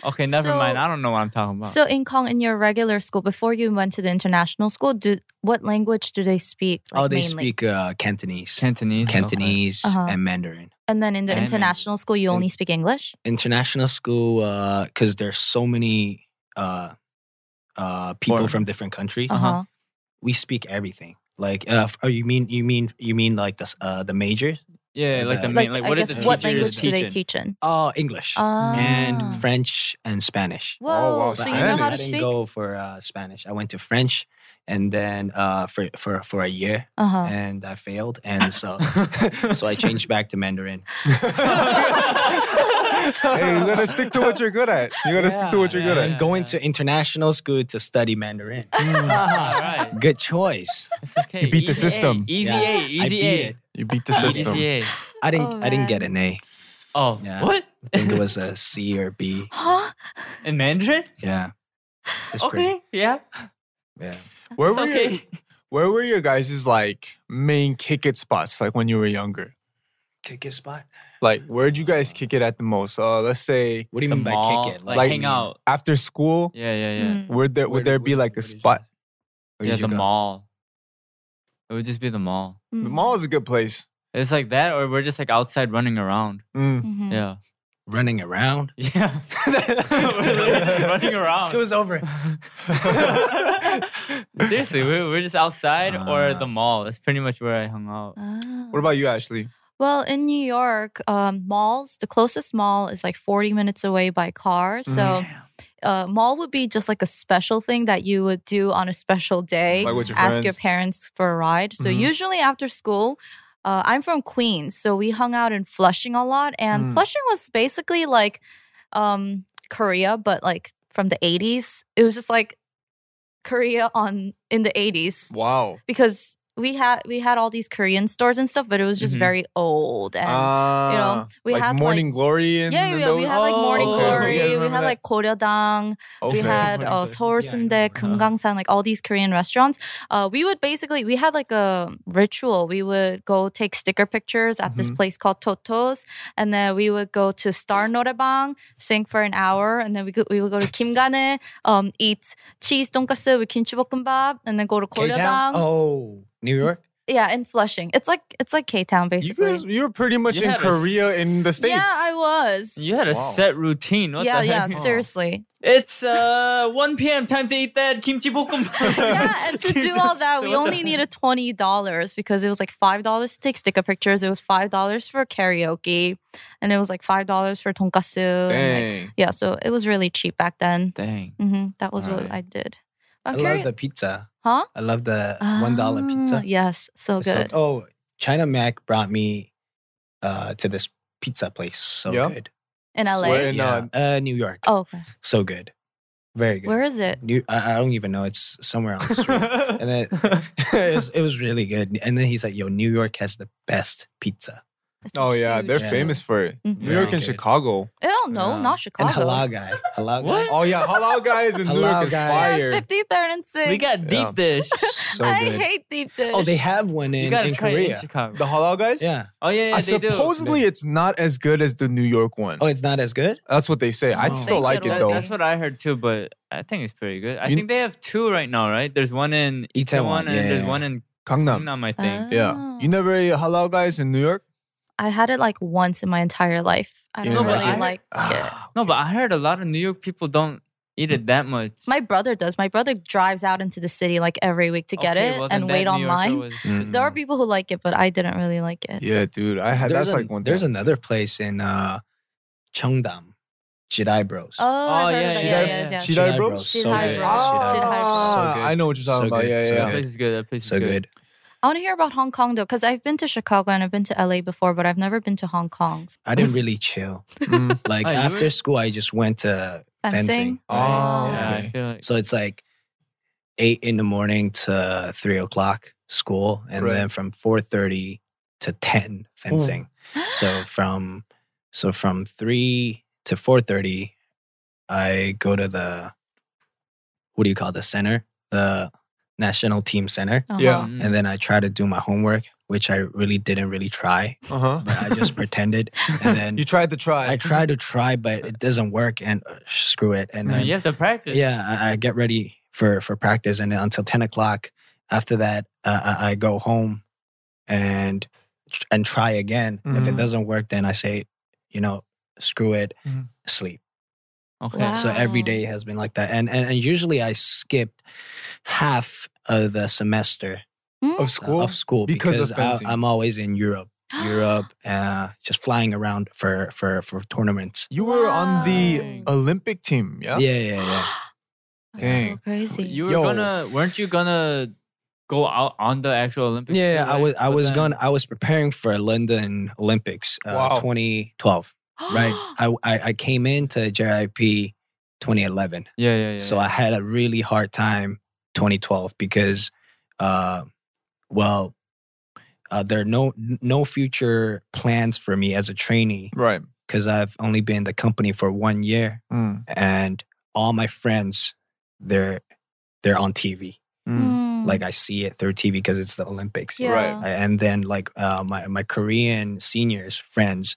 B: Okay, never
C: So-
B: mind. I don't know what I'm talking about.
C: So in Kong, in your regular school, before you went to the international school, do what language do they speak? like,
D: oh, they
C: mainly?
D: speak uh, Cantonese,
B: Cantonese. okay.
D: Cantonese,
C: Uh-huh.
D: and Mandarin.
C: And then in the
B: And-
C: international school, you only speak English.
D: international school because there's so many uh, uh, people
B: Foreign.
D: from different countries.
C: Uh huh.
D: We speak everything. Like, uh, f- oh, you mean you mean you mean like the s- uh, the majors?
B: Yeah, like the
D: Like,
B: main. Like,
C: I
B: what
C: guess
B: is the
C: what
B: teacher
C: language
B: is
C: do they
B: teaching?
C: teach in?
D: Oh, English
C: Ah.
D: and French and Spanish.
C: Whoa!
A: Oh, wow,
C: so
D: But
C: you
D: I
C: know
D: didn't-
C: how
D: I
C: to
D: didn't
C: speak?
D: go for uh, Spanish. I went to French, and then uh, for for for a year,
C: Uh huh.
D: and I failed, and so so I changed back to Mandarin.
A: hey, you gotta stick to what you're good at. You gotta stick to what you're good
D: I'm
A: at.
D: going to international school to study Mandarin. Good choice.
A: You beat the
B: easy A,
A: system.
B: easy
D: Yeah,
B: A,
D: I
B: easy
D: beat
B: A.
D: it.
A: You beat the
D: I beat
A: system.
D: it. I didn't.
C: Oh,
D: I didn't get an A.
B: Oh,
D: Yeah.
B: what?
D: I think it was a C or B.
C: Huh?
B: In Mandarin?
D: Yeah. It's pretty-
B: Okay, yeah.
D: yeah.
A: Where
B: It's
A: were
B: okay.
A: your, where were your guys' like main kick it spots like when you were younger?
D: Kick it spot.
A: Like where'd you guys kick it at the most? Uh let's say
D: What do you
B: The
D: mean by
B: mall,
D: kick it?
B: Like,
A: Like-
B: hang out.
A: after school,
B: Yeah, yeah, yeah.
C: Mm.
A: would there
D: Where
A: would there
D: did-
A: be like a
D: where did you-
A: spot?
D: where did
B: yeah,
D: you
B: the
D: go?
B: mall. It would just be the mall.
C: Mm-hmm.
A: The mall is a good place.
B: It's like that, or we're just like outside running around.
A: Mm.
C: Mhm.
B: Yeah.
D: Running around.
B: Yeah. we're literally running around.
D: School's over.
B: Seriously, we we're just outside or
D: Ah.
B: the mall. That's pretty much where I hung out.
C: Ah.
A: What about you, Ashley?
C: Well, in New York, um, malls, the closest mall is like 40 minutes away by car. So, uh, mall would be just like a special thing that you would do on a special day.
A: Like with your
C: ask
A: friends?
C: your parents for a ride. So,
A: Mhm.
C: usually after school, uh, I'm from Queens. So, we hung out in Flushing a lot. And
A: Mm.
C: Flushing was basically like um, Korea, but like from the 80s. It was just like Korea on in the 80s
A: Wow.
C: because. We had we had all these Korean stores and stuff, but it was just
B: Mhm.
C: very old and
A: Mm-hmm. Ah,
C: we
A: like
C: had, like-
A: morning glory and
C: yeah, yeah,
A: those?
C: we had like Morning
B: Oh, okay.
C: Glory,
A: Yeah, I
C: we
A: remember
C: had
A: that.
C: like Goryeo-dang, we
A: Okay.
C: had
B: Morning
C: uh,
B: Glory.
C: Seoul-sundae, Kumgangsan, like all these Korean restaurants. Uh, we would basically we had like a ritual. We would go take sticker pictures at this
A: Mhm.
C: place called Toto's, and then we would go to Star Norebang, sing for an hour, and then we could, we would go to Kimgane, um, eat cheese tonkatsu with kimchi bokkeumbap, and then go to
D: K-Town?
C: Goryeo-dang.
D: Oh, New York.
C: Yeah, in Flushing. It's like it's like K Town
A: You
C: basically.
A: guys, you were pretty much
B: You
A: in
B: had a
A: Korea
B: s-
A: in the states.
C: yeah, I was.
B: You had a
A: Wow.
B: set routine. What
C: yeah,
B: the
C: yeah,
B: heck?
C: seriously.
B: It's uh 1 p.m. Time to eat that kimchi bokkeumbap.
C: yeah, and to do all that, we only needed twenty dollars because it was like five dollars to take sticker pictures. It was five dollars for karaoke, and it was like five dollars for tonkatsu. and, like-
A: Dang.
C: yeah, so it was really cheap back then.
B: Dang.
C: hmm that was what
B: Alright.
C: I did.
D: I
C: Okay.
D: love the pizza.
C: huh?
D: I love the one dollar
C: Ah,
D: pizza.
C: Yes, so
D: So-
C: good.
D: oh, China Mac brought me uh, to this pizza place. So
A: Yeah?
D: good.
C: In LA.
A: Where in,
D: yeah. uh, New York.
C: oh, okay.
D: So good. Very good.
C: Where is it?
D: New, I, I don't even know. It's somewhere on the street. and then it was, it was really good. And then he's like, "Yo, New York has the best pizza."
C: It's
A: Oh yeah,
C: huge.
A: they're
D: Yeah.
A: famous for it.
C: Mhm.
A: New York
D: Very
A: and
D: good.
A: Chicago.
C: Oh no,
D: Yeah.
C: not Chicago.
D: And halal guy. Halal guy.
A: Oh yeah, halal guys in New York
D: Halal
A: is
D: guys.
C: Yeah,
A: fire.
C: it's 53rd and 6.
B: we got deep
A: Yeah.
B: dish.
D: Oh, So
C: I
D: good.
C: hate deep dish.
D: oh, they have one
B: you
D: in,
B: gotta
D: in
B: try it in
D: Korea.
B: Chicago.
A: the halal guys.
D: yeah.
B: oh yeah, yeah
A: Uh,
B: they do.
A: supposedly it's not as good as the New York one.
D: Oh, it's not as good.
A: That's what they say. I'd
D: Oh.
A: still
C: They
A: like
C: could
A: it
B: That-
A: though.
B: That's what I heard too, but I think it's pretty good. I
A: You-
B: think they have two right now, right? There's one in
D: Itaewon,
B: Itaewon and
D: yeah,
B: there's
D: yeah.
B: one in
A: Gangnam.
B: Gangnam, I think.
A: Yeah.
C: Oh.
A: You never ate halal guys in New York?
C: I had it like once in my entire life. I
A: You
C: don't
B: know, but
C: really
B: I-
C: like it.
A: Ah,
B: No, but I heard a lot of New York people don't eat
D: Mm.
B: it that much.
C: My brother does. My brother drives out into the city like every week to get
B: Okay,
C: it
B: well, then
C: and
B: that
C: wait
B: New Yorker
C: online.
B: was- hmm.
D: Mm.
C: There are people who like it, but I didn't really like it.
A: Yeah, dude. I had
D: There's
A: that's
D: an-
A: like one
D: There's
A: thing.
D: another place in uh, Cheongdam, Jedi Bros.
B: Oh,
C: Oh, I heard
B: yeah,
C: about-
A: yeah,
C: yeah,
A: yeah.
C: yeah, yeah.
A: She- Jedi Bros?
D: So
C: Jedi
D: good.
C: Bros.
D: Jedi
C: Jedi
D: Bros.
A: Ah,
D: Oh, So good.
A: I know what you're
D: So
A: talking about.
D: good,
A: Yeah,
D: so
A: yeah.
B: That place is good. That place
D: So
B: is
D: good.
C: I want to hear about Hong Kong though, because I've been to Chicago and I've been to LA before, but I've never been to Hong Kong.
D: I didn't really chill.
A: Mm.
D: Like
B: Oh, you
D: after
B: were-
D: school, I just went to
C: Fencing?
D: fencing.
A: Oh,
B: Yeah, I
A: okay.
B: feel like
D: So it's like eight in the morning to three o'clock school, and
A: Right. Mm.
D: then from four thirty to ten fencing. So from so from three to four thirty, I go to the what do you call the center, the national team center,
A: Yeah.
C: Uh-huh.
D: and then I try to do my homework, which I really didn't really try.
A: Uh
D: But I just pretended, and
A: huh.
D: then
A: You tried to try.
D: I tried to try, but it doesn't work, and uh, screw it. And
B: Mm,
D: then
B: you have to practice.
D: yeah, I, I get ready for for practice, and then until ten o'clock. After that, uh, I, I go home and tr- and try again. If it
A: Mhm.
D: doesn't work, then I say, you know, screw it,
A: Mhm.
D: sleep.
B: Okay.
C: Wow.
D: So every
C: Wow.
D: day has been like that, and and, and usually I skipped half of the semester
C: Hmm?
A: of
D: uh,
A: school.
D: of school
A: Because of
D: because I,
A: fencing.
D: I'm always in Europe. Europe, uh, just flying around for for for tournaments.
A: You were on the
C: Wow.
A: Olympic team, yeah?
D: Yeah, yeah, yeah.
C: That's
A: Dang.
C: so crazy.
B: You were
A: Yo.
B: gonna weren't you gonna go out on the actual Olympics?
D: Yeah,
B: too,
D: I
B: right?
D: was I
B: But
D: was
B: then-
D: gonna I was preparing for London Olympics
A: Wow.
D: uh, 2012. right? I, I I came into JIP 2011.
B: Yeah, yeah, yeah.
D: So I had a really hard time 2012 because, uh, well, uh, there are no no future plans for me as a trainee,
A: right?
D: Because I've only been in the company for one year,
A: Mm.
D: and all my friends, they're they're on TV.
C: Hmm.
A: Mm.
D: Like I see it through TV because it's the Olympics,
A: Right. Yeah.
D: And then like uh, my my Korean seniors friends,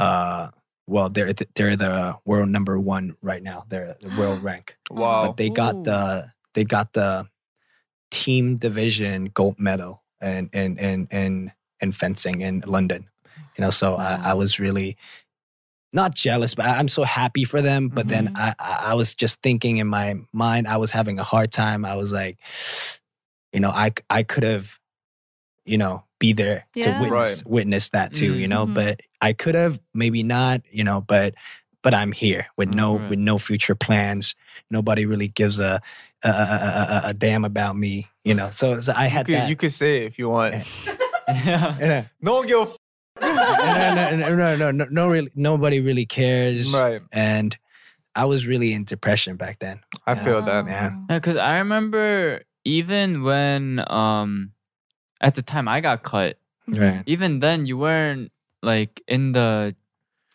D: uh, well they're th- they're the world number one right now. They're the world rank.
A: Wow.
D: But they got the they got the team division gold medal and and and and and fencing in London. You know, so I, I was really not jealous, but I- I'm so happy for them. But then I, I I was just thinking in my mind, I was having a hard time. I was like, you know, I c- I could have, you know, be there
K: Yeah.
D: to witness
K: Right.
D: witness that too. You know,
K: Mhm.
D: but I could have, maybe not. You know, but but I'm here with no
K: Right.
D: with no future plans. Nobody really gives a a, a, a, a- a damn about me. You know, so, so I
A: You
D: had
A: could,
D: that.
A: you could say it if you want.
D: Yeah.
A: no one give a f-
D: no, no, no, no, no, no, no, really, nobody really cares.
A: Right.
D: And I was really in depression back then.
A: I
B: feel
C: Uh-huh.
A: that.
D: Man.
B: Yeah, because I remember even when um at the time I got cut,
D: Right.
B: even then you weren't like in the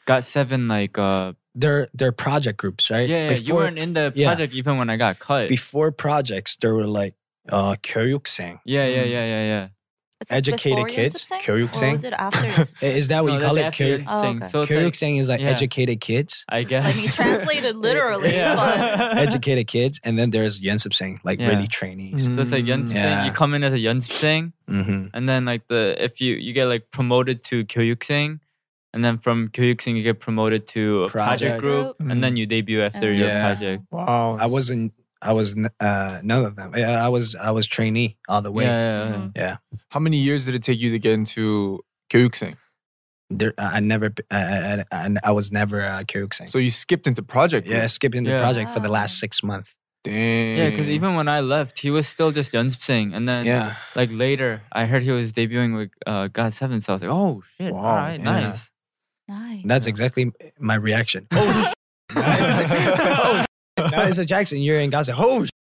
B: got seven like uh
D: They're, they're project groups, right?
B: yeah, yeah you
D: Before-
B: weren't in the
D: yeah.
B: project even when I got cut.
D: Before projects, there were like uh, 교육생.
B: yeah, yeah, yeah,
D: Mm.
B: yeah, yeah.
C: It's like
D: Educated
C: before
D: kids,
C: Yonsupsang? Or was
D: 교육생.
C: it after Yonsupsang?
D: Is that what
B: No,
D: you call it?
B: that's after
D: Kyo-
C: Yonsupsang. Oh, okay. So it's like-
D: 교육생 is like
B: yeah.
D: educated kids.
B: I
C: Like he
B: guess.
C: translated literally,
D: educated kids, and then there's Yensupsang, like
B: Yeah.
D: really trainees.
B: So it's like Yunsupsang. You
D: Yeah.
B: come in as a Yunsupsang,
D: Mhm.
B: and then like the if you you get like promoted to Kyoyuksang, and then from Kyoyuksang you get promoted to a project,
D: Project. Mm-hmm.
B: group, and then you debut after your
D: Yeah.
B: project.
A: Wow.
D: I wasn't. I was n- uh, none of them. Yeah, I was. I was trainee all the way.
B: Yeah, yeah, yeah.
C: Hmm. Mm-hmm.
D: Yeah.
A: How many years did it take you to get into Kyuksing?
D: There, I I never. I, I, I, I was never uh, Kyokusing.
A: So you skipped into project.
D: yeah, I skipped into
B: Yeah.
D: project for the last six months.
A: Dang.
B: Yeah, because even when I left, he was still just Yunsupsang, and then
D: Yeah.
B: like later I heard he was debuting with uh, God Seven, so I was like, oh shit, all right,
D: yeah.
B: nice.
D: That's exactly my reaction. Oh, nice. oh nice. So Jackson, you're in Gaza. Oh, sh-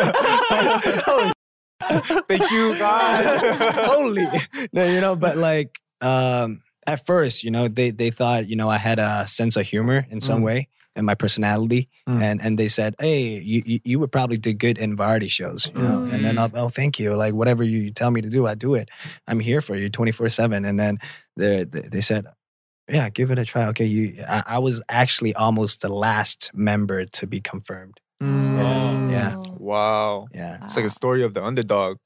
D: oh,
A: Thank you, God.
D: holy. No, you know, but like um, at first, you know, they they thought you know I had a sense of humor in some
K: Mm.
D: way and my personality,
K: Mm.
D: and and they said, hey, you you, you would probably do good in variety shows, you know. And
C: Mm.
D: then I'll, oh, thank you. Like whatever you, you tell me to do, I do it. I'm here for you, twenty four seven. And then they they they said, yeah, give it a try. Okay, you. I, I was actually almost the last member to be confirmed.
A: mm,
B: Oh.
D: Yeah,
A: Wow.
D: yeah.
A: It's like a story of the underdog.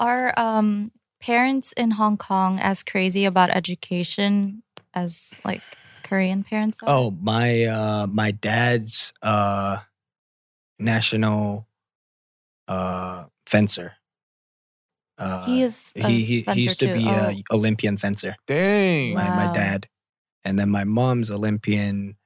C: Are um, parents in Hong Kong as crazy about education as like Korean parents are?
D: Oh, my uh my dad's uh national uh fencer. Uh,
C: He is a
D: he he,
C: fencer
D: he used to
C: too.
D: be a
C: Oh.
D: Olympian fencer.
A: Dang.
D: My
C: Wow.
D: my dad, and then my mom's Olympian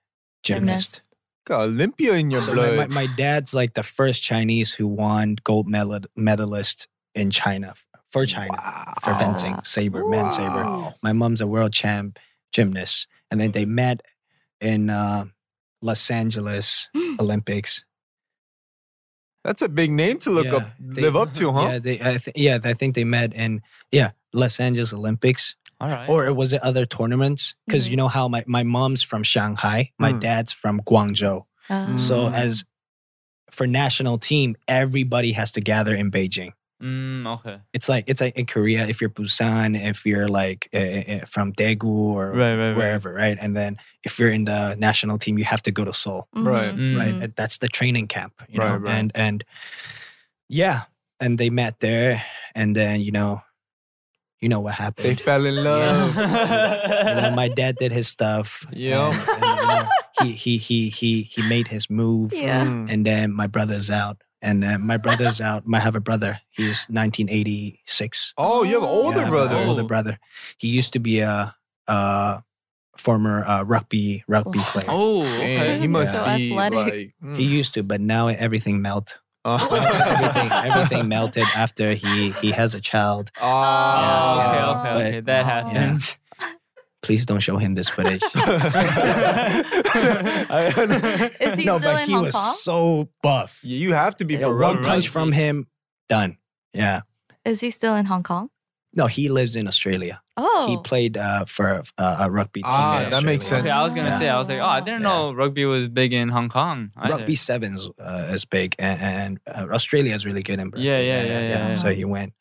D: gymnast.
A: Got Olympia in your
D: So my,
A: blood.
D: my, my dad's like the first Chinese who won gold medal, medalist in China for China for fencing, saber, men saber. My mom's a world champ gymnast, and then they met in uh, Los Angeles Olympics.
A: That's a big name to look
D: Yeah,
A: up,
D: they-
A: live up to, huh?
D: Yeah, they, I th- yeah, I think they met in yeah Los Angeles Olympics,
B: All right.
D: or was it other tournaments? Because
B: Mm-hmm.
D: you know how my, my mom's from Shanghai, my
B: Mm.
D: dad's from Guangzhou.
C: Oh.
D: uh, So
B: Mm-hmm.
D: as for national team, everybody has to gather in Beijing.
B: Mm, okay.
D: It's like it's like in Korea, if you're Busan, if you're like uh, uh, from Daegu or
B: Right, right, right.
D: wherever, right? And then if you're in the national team, you have to go to Seoul,
C: Mm-hmm.
A: Right.
B: Mm-hmm.
D: right?
A: Mhm.
D: And That's the training camp, you know.
A: Right, right.
D: And and yeah, and they met there, and then you know, you know what happened.
A: They fell in love.
D: You know, my dad did his stuff.
A: Yeah.
D: and- and, you know, he he he he he made his move.
A: Yeah. Mm.
D: And then my brother's out. And uh, my brother's out. My have a brother. He's 1986.
A: Oh, you have an older
D: Yeah, I have an
A: brother.
D: Older brother. He used to be a, a former uh, rugby rugby player.
B: Oh,
A: Dang,
B: okay.
A: he must
C: So
A: be
C: athletic.
A: like. mm.
D: He used to, but now everything melt.
A: Oh.
D: Everything, everything melted after he he has a child.
A: Oh.
B: okay,
D: Yeah,
B: okay,
D: but-
B: okay. That
D: Yeah.
B: happens.
D: please don't show him this footage.
C: Is he
D: no,
C: still
D: but
C: in
D: he
C: Hong
D: was
C: Kong?
D: so buff.
A: You have to be
D: for one punch from him, done. Yeah.
C: Is he still in Hong Kong?
D: No, he lives in Australia.
C: Oh.
D: He played uh, for uh, a rugby team.
A: Ah,
D: in
A: that makes
D: Australia.
B: Okay, I was gonna
D: Yeah.
B: say, I was like, oh, I didn't know rugby was big in Hong Kong. either. oh,
D: Rugby sevens uh, is big, and, and uh, Australia is really good in. rugby.
B: Yeah, yeah, yeah, yeah, yeah.
D: So he went,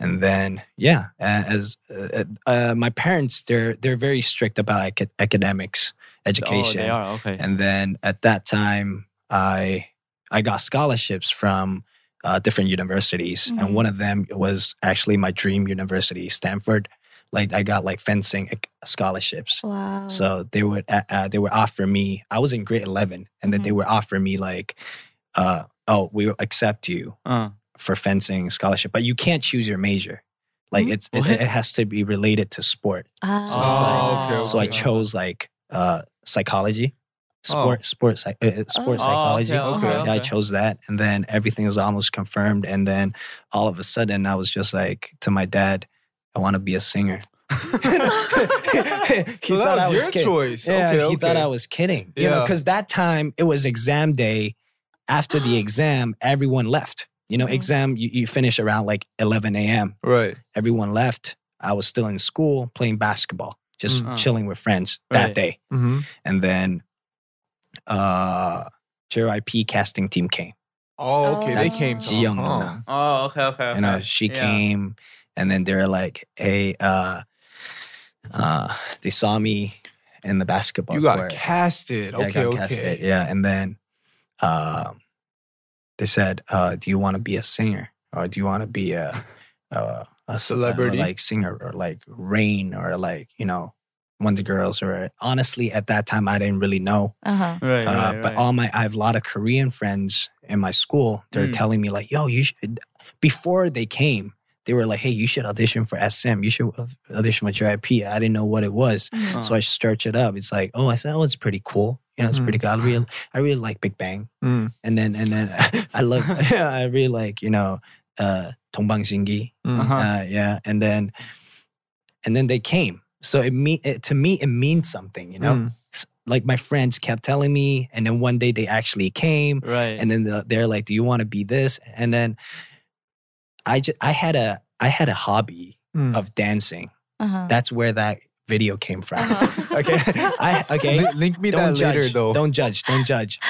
D: and then yeah, uh, as uh, uh, my parents, they're they're very strict about aca- academics, education.
B: Oh, they are okay.
D: And then at that time, I I got scholarships from uh, different universities,
K: Mhm.
D: and one of them was actually my dream university, Stanford. Like I got like fencing ec- scholarships.
C: Wow.
D: So they would uh, uh, they would offer me. I was in grade eleven, and then they would offer me like, uh, "Oh, we will accept you
B: Uh.
D: for fencing scholarship, but you can't choose your major. Like it's it, it has to be related to sport. So, it's
A: Ah.
D: like,
A: Oh, okay,
D: so I
A: okay.
D: chose like uh, psychology, sport,
A: Oh.
D: sport, psych- uh, uh, sport
A: Oh,
D: psychology.
A: okay, okay,
D: Yeah, I
A: okay.
D: chose that, and then everything was almost confirmed, and then all of a sudden I was just like to my dad, "I want to be a singer."
A: so that
D: thought
A: was,
D: I was
A: your
D: kidding.
A: choice.
D: Yeah,
A: okay,
D: he
A: okay.
D: thought I was kidding. You know,
A: Yeah.
D: because that time it was exam day. After the exam, everyone left. You
A: Mm-hmm.
D: know, exam you, you finish around like 11 a.m.
A: Right.
D: Everyone left. I was still in school playing basketball, just
A: Mm.
D: chilling with friends
A: Right.
D: that day.
A: Mm-hmm.
D: And then, uh, JYP casting team came.
A: Oh, okay.
D: That's
A: they came. to
D: Jiyoung
A: Hong
D: Na.
A: Kong.
B: Oh, okay, okay. okay.
D: You know, uh, she
B: Yeah.
D: came, and then they're like, "Hey, uh, uh, they saw me in the basketball.
A: You got
D: court.
A: casted.
D: Yeah, I
A: Okay,
D: got
A: okay.
D: casted. Yeah, and then um, they said, uh, "Do you want to be a singer, or do you want to be a, a, a ce- uh,
A: Celebrity?
D: like singer, or like Rain, or like you know Wonder Girls?" Or honestly, at that time, I didn't really know.
C: Uh-huh.
B: Right,
D: Uh,
B: right,
D: But
B: right.
D: all my, I have a lot of Korean friends in my school. They're
B: Mm.
D: telling me like, "Yo, you should." Before they came, they were like, "Hey, you should audition for SM. You should uh, audition for JYP." I didn't know what it was,
B: Mm.
D: so I searched it up. It's like, oh, I said, oh, it's pretty cool. You know, it's pretty cool. I really, I really like Big Bang,
A: Mm.
D: and then and then I love, I really like you know, uh, Tongbang Shingi.
A: Mm. Uh-huh.
D: Uh, yeah, and then, and then they came. So it me it, to me it means something, you know.
A: Mm.
D: S- Like my friends kept telling me, and then one day they actually came,
B: Right.
D: and then the, they're like, "Do you want to be this?" And then I just I had a I had a hobby
A: Mm.
D: of dancing.
C: Uh-huh.
D: That's where that video came from. okay, I okay.
A: Link- link me that
D: don't
A: later,
D: judge,
A: though.
D: Don't judge. Don't judge.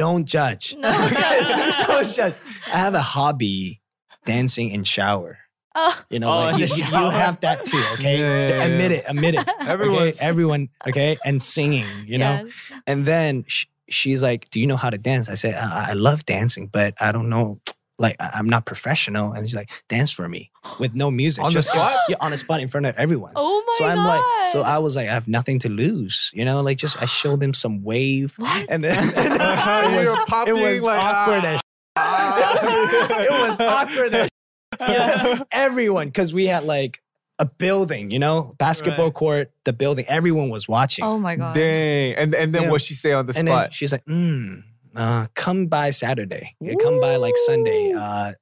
D: Don't judge. don't judge. I have a hobby dancing in shower.
C: Oh.
D: You know,
B: Oh,
D: like
B: in
D: you,
B: the
D: you- you
B: shower.
D: have that too, okay?
A: Yeah, yeah, yeah,
D: admit
A: yeah.
D: it, admit it.
A: Everyone.
D: Okay? Everyone, okay? And singing, you know? And then sh- she's like, Do you know how to dance? I said, I-, I love dancing, but I don't know. Like, I- I'm not professional. And she's like, Dance for me with no music.
A: On the spot?
D: Yeah, on the spot in front of everyone.
C: Oh my
D: so I'm
C: god.
D: like, so I was like, I have nothing to lose, you know. Like, just I show them some wave,
C: What?
D: and then and then
A: You're
D: it was,
A: popping
D: it was
A: like, ah.
D: awkward as it was awkward as everyone because we had like a building, you know, basketball court, the building. Everyone was watching.
C: Oh my god.
A: Dang. And and then
D: Yeah.
A: what she say on the
D: and then
A: spot?
D: she's like, mm, uh, "Come by Saturday. Yeah, Come by like Sunday uh,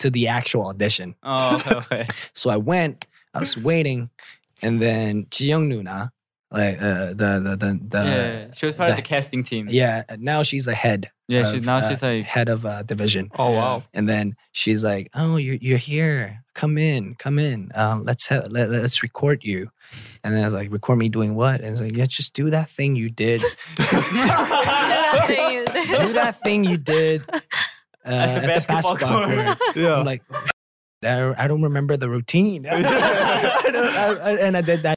D: to the actual audition."
B: Oh, okay, okay.
D: So I went. I was waiting, and then Jiyoung Nuna, like uh, the the the, the
B: yeah, she was part of
D: the-
B: the casting team.
D: Yeah, now she's a head.
B: Yeah, she's- now
D: uh,
B: she's like-
D: head of uh, division.
A: oh wow.
D: And then she's like, "Oh, you're you're here. Come in, come in. Um, let's have let, let's record you." And then I was like, "Record me doing what?" And it's like, "Yeah, just do that thing you did. do that thing you did uh,
B: At the basketball court.
A: Yeah.
D: I'm like, I, I don't remember the routine. I don't- I- I- and I did that.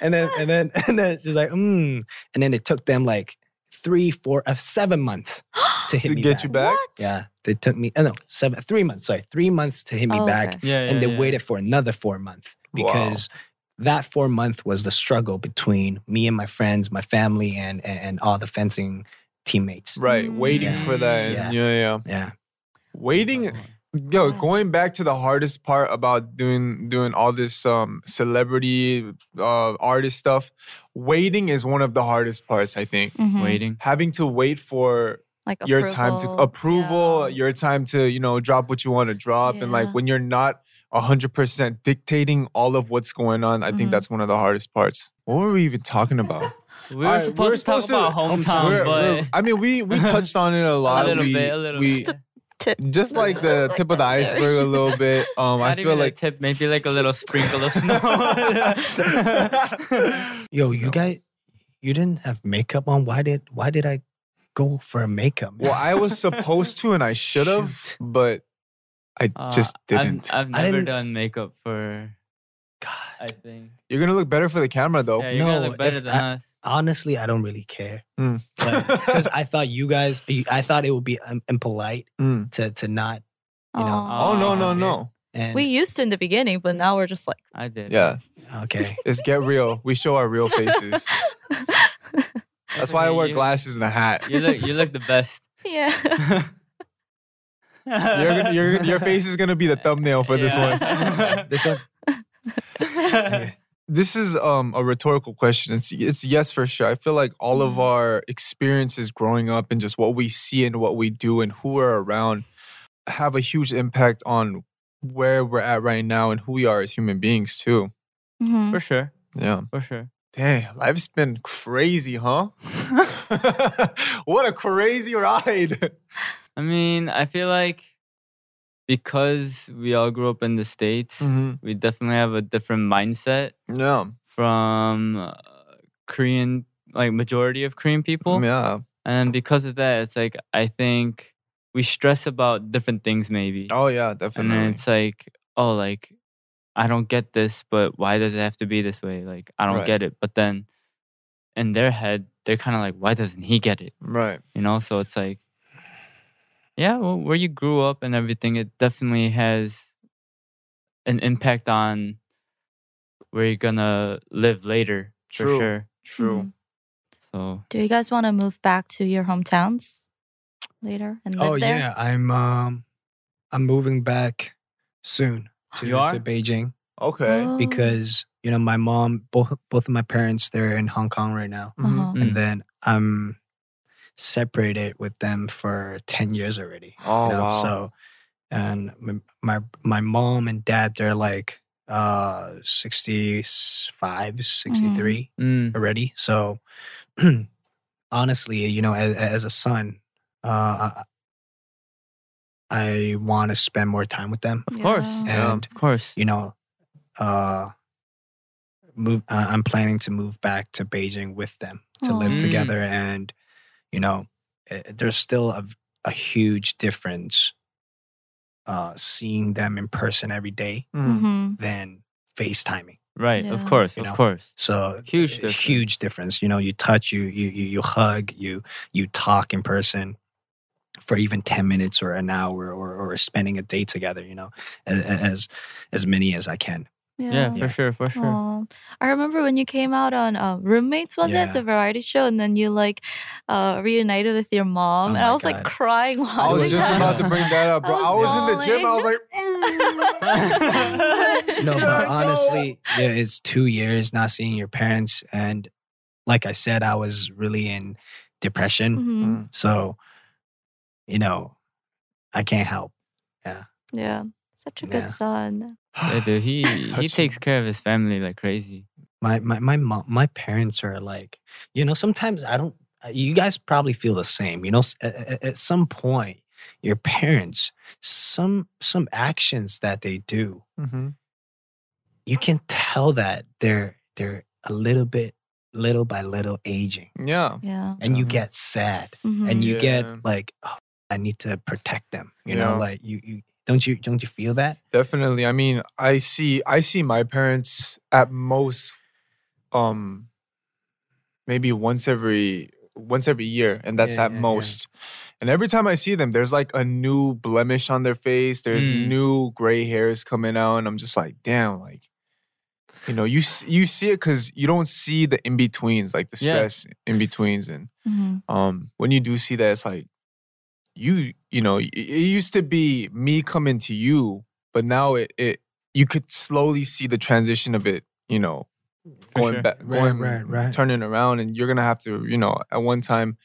D: And then and then and then she's like, mm. And then it took them like three, four, uh, seven months to hit
A: to
D: me
A: get
D: back.
A: you back?
D: Yeah, they took me. Oh no, seven, three months. Sorry, three months to hit me
C: Oh,
D: back,
C: okay.
B: Yeah,
D: and
B: yeah,
D: they
B: yeah.
D: waited for another four month because that four month was the struggle between me and my friends, my family, and and, and all the fencing teammates.
A: Right. Waiting
D: Yeah.
A: for that.
D: Mm. Yeah.
A: Yeah. yeah, yeah.
D: Yeah,
A: Waiting yo, going back to the hardest part about doing doing all this um celebrity uh artist stuff, waiting is one of the hardest parts, I think.
C: Mhm.
B: Waiting.
A: Having to wait for
C: Like
A: your time to
C: approval.
A: approval,
C: Yeah.
A: your time to, you know, drop what you want to drop. And like
C: Yeah.
A: when you're not 100% dictating all of what's going on. I
B: Mm-hmm.
A: think that's one of the hardest parts. What were we even talking about?
B: We were
A: All right,
B: supposed to talk about hometown,
A: We're-
B: but
A: we're- I mean, we we touched on it a lot.
B: little
A: we,
B: bit, a little
A: we-
B: bit. Just
A: just like the tip of the iceberg a little bit. Um, I
B: not
A: feel
B: even
A: like
B: a tip, maybe like a little sprinkle of snow.
D: Yo, you guys, you didn't have makeup on. Why did Why did I go for a makeup?
A: well, I was supposed to and I should have, but I
B: Uh,
A: just
B: I've-
A: didn't.
B: I've, never done makeup for. God, I think.
A: You're gonna look better for the camera though.
B: Yeah, you're gonna look better
D: if
B: than
D: I-
B: us.
D: Honestly, I don't really care
A: Mm.
D: because I thought you guys. you- I thought it would be um, impolite
A: Mm.
D: to to not. You know.
C: Aw.
A: Oh no no no.
D: And
C: we used to in the beginning, but now we're just like,
B: I did.
A: Yeah,
D: okay,
A: it's get real. We show our real faces. That's why I wear glasses and a hat.
B: You look, you look the best.
C: yeah.
A: You're gonna- you're- your face is gonna be the thumbnail for this one.
D: this one.
A: this is um, a rhetorical question. It's it's yes for sure. I feel like all of our experiences growing up and just what we see and what we do and who we're around have a huge impact on where we're at right now and who we are as human beings too.
C: Mhm.
B: for sure,
A: Yeah.
B: for sure.
A: Dang, life's been crazy, huh? what a crazy ride.
B: I mean, I feel like because we all grew up in the states,
A: Mhm.
B: we definitely have a different mindset
A: Yeah.
B: from uh, Korean, like majority of Korean people.
A: Yeah.
B: And because of that, it's like I think we stress about different things maybe.
A: Oh yeah,
B: and then
A: definitely.
B: it's like, oh, like I don't get this, but why does it have to be this way? Like I don't
A: Right.
B: get it. But then in their head, they're kind of like, why doesn't he get it?
A: Right.
B: You know? So it's like, yeah, well, where you grew up and everything, it definitely has an impact on where you're gonna live later
A: True.
B: for sure.
A: True.
B: So
C: Do you guys want to move back to your hometowns later and live
D: Oh
C: there?
D: yeah, I'm um, I'm moving back soon to
B: You are?
D: to Beijing
A: Okay.
C: Oh.
D: because you know my mom, both both of my parents, they're in Hong Kong right now,
C: Uh-huh.
B: Mm.
D: and then I'm separated with them for ten years already.
A: Oh
D: you know?
A: wow.
D: So, and m- my my mom and dad, they're like uh
A: Mm-hmm.
D: 65, 63
B: mm,
D: already. So honestly, you know, as, as a son, uh, I, I want to spend more time with them,
B: of course.
C: Yeah.
A: Yeah.
D: and
B: Of course.
D: you know, uh, move. I I'm planning to move back to Beijing with them to
C: Aw.
D: live
B: Mm.
D: together, and you know, eh, there's still a, a huge difference uh, seeing them in person every day
A: Mm.
C: Mhm.
D: than FaceTiming.
B: Right, of
C: Yeah.
B: course,
D: You
B: of
D: know?
B: course.
D: So
B: Huge
D: uh,
B: difference.
D: huge difference. You know, you touch, you you you, you hug, you you talk in person for even ten minutes or an hour or or spending a day together. You know, a- a- as as many as I can.
C: Yeah.
B: Yeah, for sure, for sure.
C: Aw. I remember when you came out on uh, Roommates, was
D: Yeah.
C: it the variety show? And then you like uh, reunited with your mom,
D: Oh
C: and
D: my
C: I was like
D: God.
C: crying.
A: I was
C: watching
A: just
C: that.
A: about to bring that up, bro. I
C: I
A: was,
C: was
A: in the gym. I was like,
C: Mm.
D: No,
A: Yeah, I
D: but
A: know.
D: honestly, yeah, it's two years not seeing your parents, and like I said, I was really in depression.
C: Mhm.
D: So, you know, I can't help.
C: Yeah, such a good
D: Yeah.
C: son.
B: Yeah, Uh, dude, he he
A: Touching.
B: takes care of his family like crazy.
D: my my my mom, my parents are like you know sometimes i don't uh, you guys probably feel the same you know s- a- a- a- at, some point your parents some some actions that they do
A: mm-hmm.
D: you can tell that they're they're a little bit little by little aging
A: yeah.
C: Yeah.
D: and you
A: Mhm.
D: get sad
C: Mhm.
D: and you
A: Yeah.
D: get like oh, i need to protect them you
A: Yeah.
D: know like you you don't you don't you feel that
A: Definitely. I mean, I see I see my parents at most um maybe once every once every year and that's
D: Yeah,
A: at
D: yeah, yeah.
A: most. And every time I see them there's like a new blemish on their face, there's
B: Mm.
A: new gray hairs coming out and I'm just like, "Damn, like you know, you s- you see it cuz you don't see the in-betweens, like the
B: Yeah.
A: stress in-betweens and
C: Mhm.
A: um when you do see that it's like you you know it, it used to be me coming to you but now it, it you could slowly see the transition of it you know
B: For
A: going
B: sure.
A: back
D: Right,
A: going
D: right, right.
A: turning around and you're gonna have to you know at one time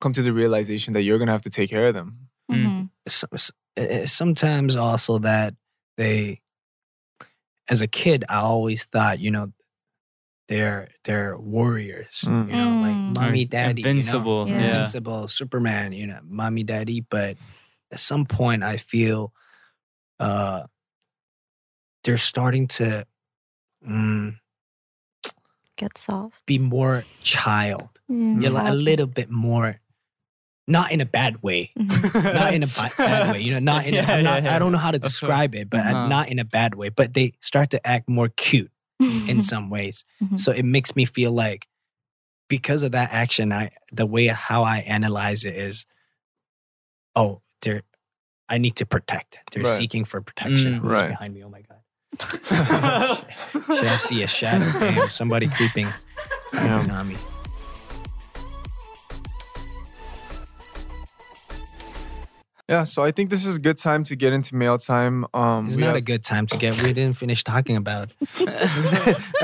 A: come to the realization that you're gonna have to take care of them
B: Mm.
C: Mhm.
D: s- s- eh, eh, sometimes also that they as a kid, I always thought, you know, they're they're warriors. You know,
B: Mm.
D: like mommy,
B: Or
D: daddy,
B: invincible,
D: you know,
B: Yeah. yeah.
D: invincible, Superman. You know, mommy, daddy. But at some point, I feel uh they're starting to mm,
C: Get soft.
D: be more child.
C: Mm,
D: Yeah, like a
C: okay.
D: little bit more. Not in a bad way, not in a ba- bad way. You know, not in. A,
B: Yeah,
D: I'm not,
B: yeah, yeah.
D: I don't know how to
B: Of course.
D: describe it, but uh,
B: Uh-huh.
D: not in a bad way. But they start to act more cute
C: Mm-hmm.
D: in some ways. So it makes me feel like because of that action, I the way how I analyze it is, oh, they're I need to protect. They're
A: Right.
D: seeking for protection.
A: Mm.
D: Who's
A: Right.
D: behind me? Oh my god. Should I see a shadow? Damn, somebody creeping behind me.
A: Yeah, so I think this is a good time to get into mail time. Um,
D: It's
A: we
D: not a
A: have-
D: good time to get. We didn't finish talking about.
A: All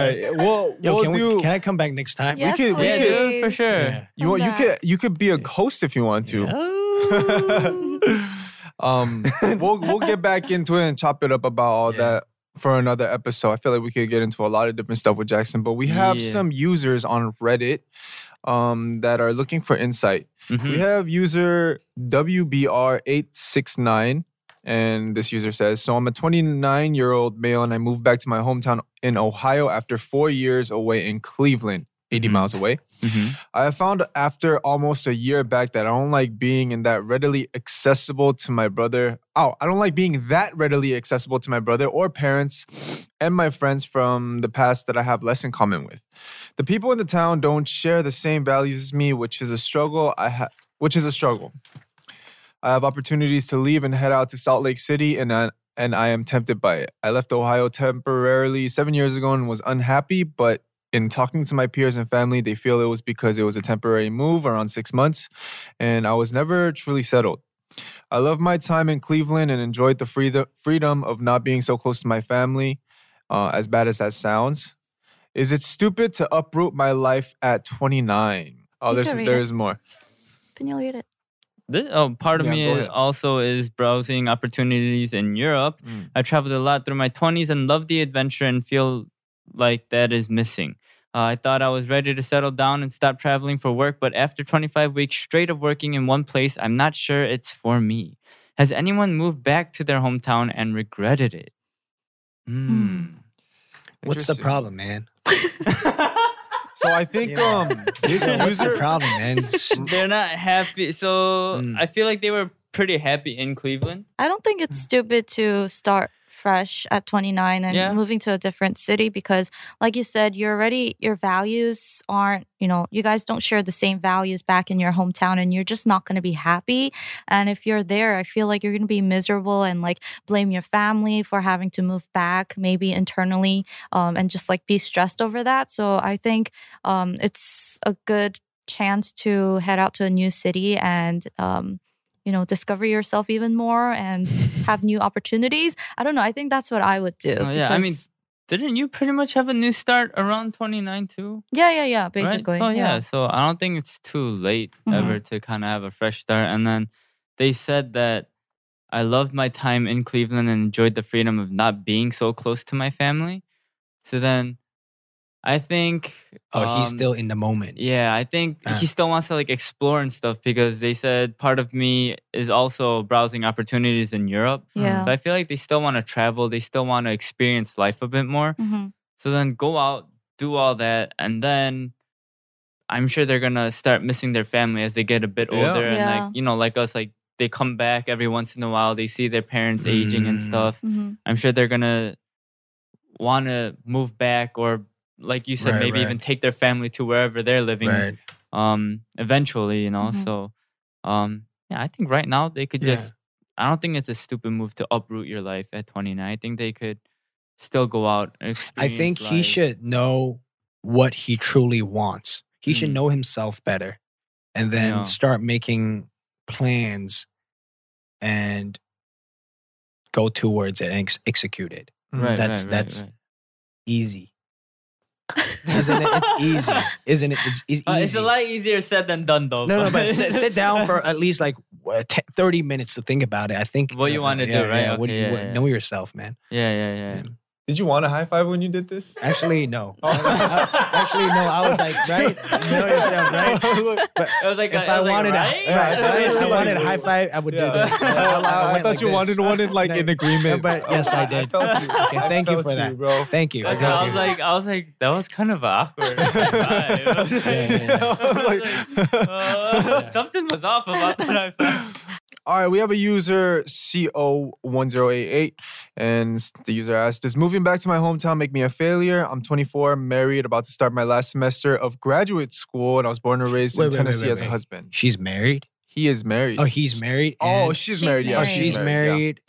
A: right. Well,
D: Yo,
A: we'll
D: can,
A: do.
D: we, can I come back next time?
C: Yes,
A: could- we
B: Yeah,
A: could-
B: dude, for sure.
D: Yeah.
A: you want? You
C: back.
A: could. You could be a host if you want to. um, we'll we'll get back into it and chop it up about all that for another episode. I feel like we could get into a lot of different stuff with Jackson, but we have
B: Yeah.
A: some users on Reddit um, that are looking for insight.
B: Mhm.
A: We have user WBR869. And this user says, So I'm a 29 year old male and I moved back to my hometown in Ohio after four years away in Cleveland, 80 miles away.
B: Mhm.
A: I have found after almost a year back that I don't like being in that readily accessible to my brother. Oh, I don't like being that readily accessible to my brother or parents and my friends from the past that I have less in common with. The people in the town don't share the same values as me, which is a struggle. I ha- which is a struggle. I have opportunities to leave and head out to Salt Lake City, and I, and I am tempted by it. I left Ohio temporarily seven years ago and was unhappy, but in talking to my peers and family, they feel it was because it was a temporary move around six months, and I was never truly settled. I loved my time in Cleveland and enjoyed the freedom freedom of not being so close to my family, uh, as bad as that sounds. Is it stupid to uproot my life at 29? Oh,
C: You
A: there's
C: can read
A: there
C: it.
A: is more.
C: Peniel, read it.
B: This, oh, part of
A: Yeah,
B: me
A: go
B: is-
A: ahead.
B: also is browsing opportunities in Europe.
A: Mm.
B: I traveled a lot through my 20s and loved the adventure and feel like that is missing. Uh, I thought I was ready to settle down and stop traveling for work, but after 25 weeks straight of working in one place, I'm not sure it's for me. Has anyone moved back to their hometown and regretted it? Hmm.
D: What's the
A: Interesting.
D: problem, man?
A: So I think
D: Yeah.
A: um this
D: Yeah, What's the
A: user
D: problem, man?
B: They're not happy. So
D: Mm.
B: I feel like they were pretty happy in Cleveland.
C: I don't think it's stupid to start fresh at 29 and
B: Yeah.
C: moving to a different city because like you said you're already your values aren't you know you guys don't share the same values back in your hometown and you're just not going to be happy and if you're there i feel like you're going to be miserable and like blame your family for having to move back maybe internally um, and just like be stressed over that so i think um, it's a good chance to head out to a new city and um, you know discover yourself even more and have new opportunities i don't know i think that's what i would do
B: Oh, yeah, I mean,
C: because-
B: Didn't you pretty much have a new start around 29 too?
C: yeah yeah yeah
B: Right?
C: basically
B: So yeah.
C: yeah.
B: so I don't think it's too late
C: Mhm.
B: ever to kind of have a fresh start. And then they said that I loved my time in Cleveland and enjoyed the freedom of not being so close to my family. So then I think
D: Oh, he's
B: um,
D: still in the moment.
B: yeah, I think
D: Uh.
B: he still wants to like explore and stuff because they said part of me is also browsing opportunities in Europe.
D: Hmm.
C: Yeah.
B: So I feel like they still want to travel, they still want to experience life a bit more.
C: Mhm.
B: So then go out, do all that, and then I'm sure they're gonna start missing their family as they get a bit
A: Yeah.
B: older and
C: Yeah.
B: like you know, like us, like they come back every once in a while, they see their parents aging and
D: Mm.
B: stuff.
C: Mhm.
B: I'm sure they're gonna wanna move back or like you said,
D: Right,
B: maybe
D: right.
B: even take their family to wherever they're living
D: Right.
B: um eventually, you know.
C: Mhm.
B: So um yeah, I think right now they could
D: Mm-hmm. Yeah.
B: just I don't think it's a stupid move to uproot your life at 29. I think they could still go out and
D: I
B: experience
D: think he
B: life.
D: should know what he truly wants. He should
B: Mm.
D: know himself better and then
B: Yeah.
D: start making plans and go towards it and ex- execute it.
A: Mm,
B: right,
D: that's-
B: right, right,
D: that's-
B: right.
D: Easy. Isn't it? It's easy, isn't it? It's, it's easy.
B: Uh, it's a lot easier said than done, though.
D: no, no, but sit, sit down for at least like uh, 10, 30 minutes to think about it. I think uh,
B: What you wanna do,
D: yeah,
B: right?
D: Yeah, what-
B: Okay, yeah,
D: what-
B: yeah.
D: Know yourself, man.
B: Yeah, yeah, yeah.
A: Did you want a high five when you did this?
D: Actually, no. Actually, no. I was like, right? Know yourself,
A: Oh,
D: right? But
B: It was like
D: if I, wanted,
B: right?
D: a, right, if I
A: Like-
D: wanted a high five, I would do
A: Yeah.
D: this. But
A: I,
D: I- I went
A: thought
D: like
A: you
D: this.
A: wanted one in like in agreement.
D: But yes, I did.
A: felt you.
D: Okay,
A: I
D: thank you
A: felt
D: for that.
A: bro.
D: Thank you.
B: That's
D: Thank
B: why I was
D: you.
B: like, I was like, that was kind of awkward. I was like, I was like, uh, something was off about that. I felt.
A: All right, we have a user CO1088, and s- the user asked, "Does moving back to my hometown make me a failure? I'm 24, married, about to start my last semester of graduate school, and I was born and raised
D: Wait,
A: in
D: wait, wait,
A: Tennessee
D: wait,
A: as a
D: wait.
A: husband.
D: She's married.
A: He is married.
D: Oh, he's married.
A: Oh,
D: and-
A: she's,
C: She's
A: married. Yeah,
D: oh,
C: married.
D: she's married.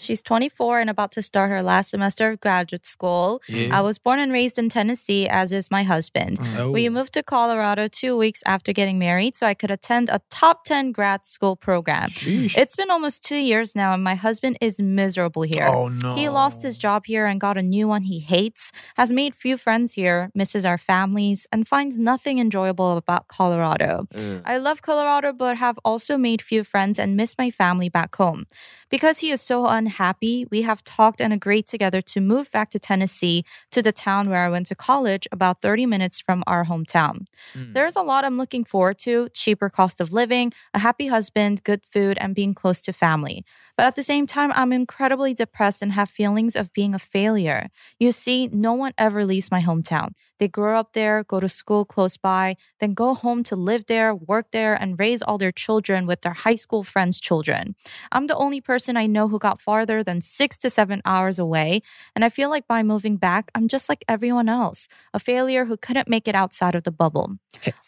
C: She's 24 and about to start her last semester of graduate school. I was born and raised in Tennessee, as is my husband.
D: Oh.
C: We moved to Colorado two weeks after getting married so I could attend a top 10 grad school program. It's been almost two years now, and my husband is miserable here.
A: Oh no.
C: He lost his job here and got a new one he hates, has made few friends here, misses our families, and finds nothing enjoyable about Colorado. I love Colorado, but have also made few friends and miss my family back home. Because he is so unhappy, we have talked and agreed together to move back to Tennessee to the town where I went to college, about 30 minutes from our hometown. There's a lot I'm looking forward to cheaper cost of living, a happy husband, good food, and being close to family. But at the same time, I'm incredibly depressed and have feelings of being a failure. You see, no one ever leaves my hometown. They grow up there, go to school close by, then go home to live there, work there, and raise all their children with their high school friends' children. I'm the only person I know who got farther than six to seven hours away, and I feel like by moving back, I'm just like everyone else, a failure who couldn't make it outside of the bubble.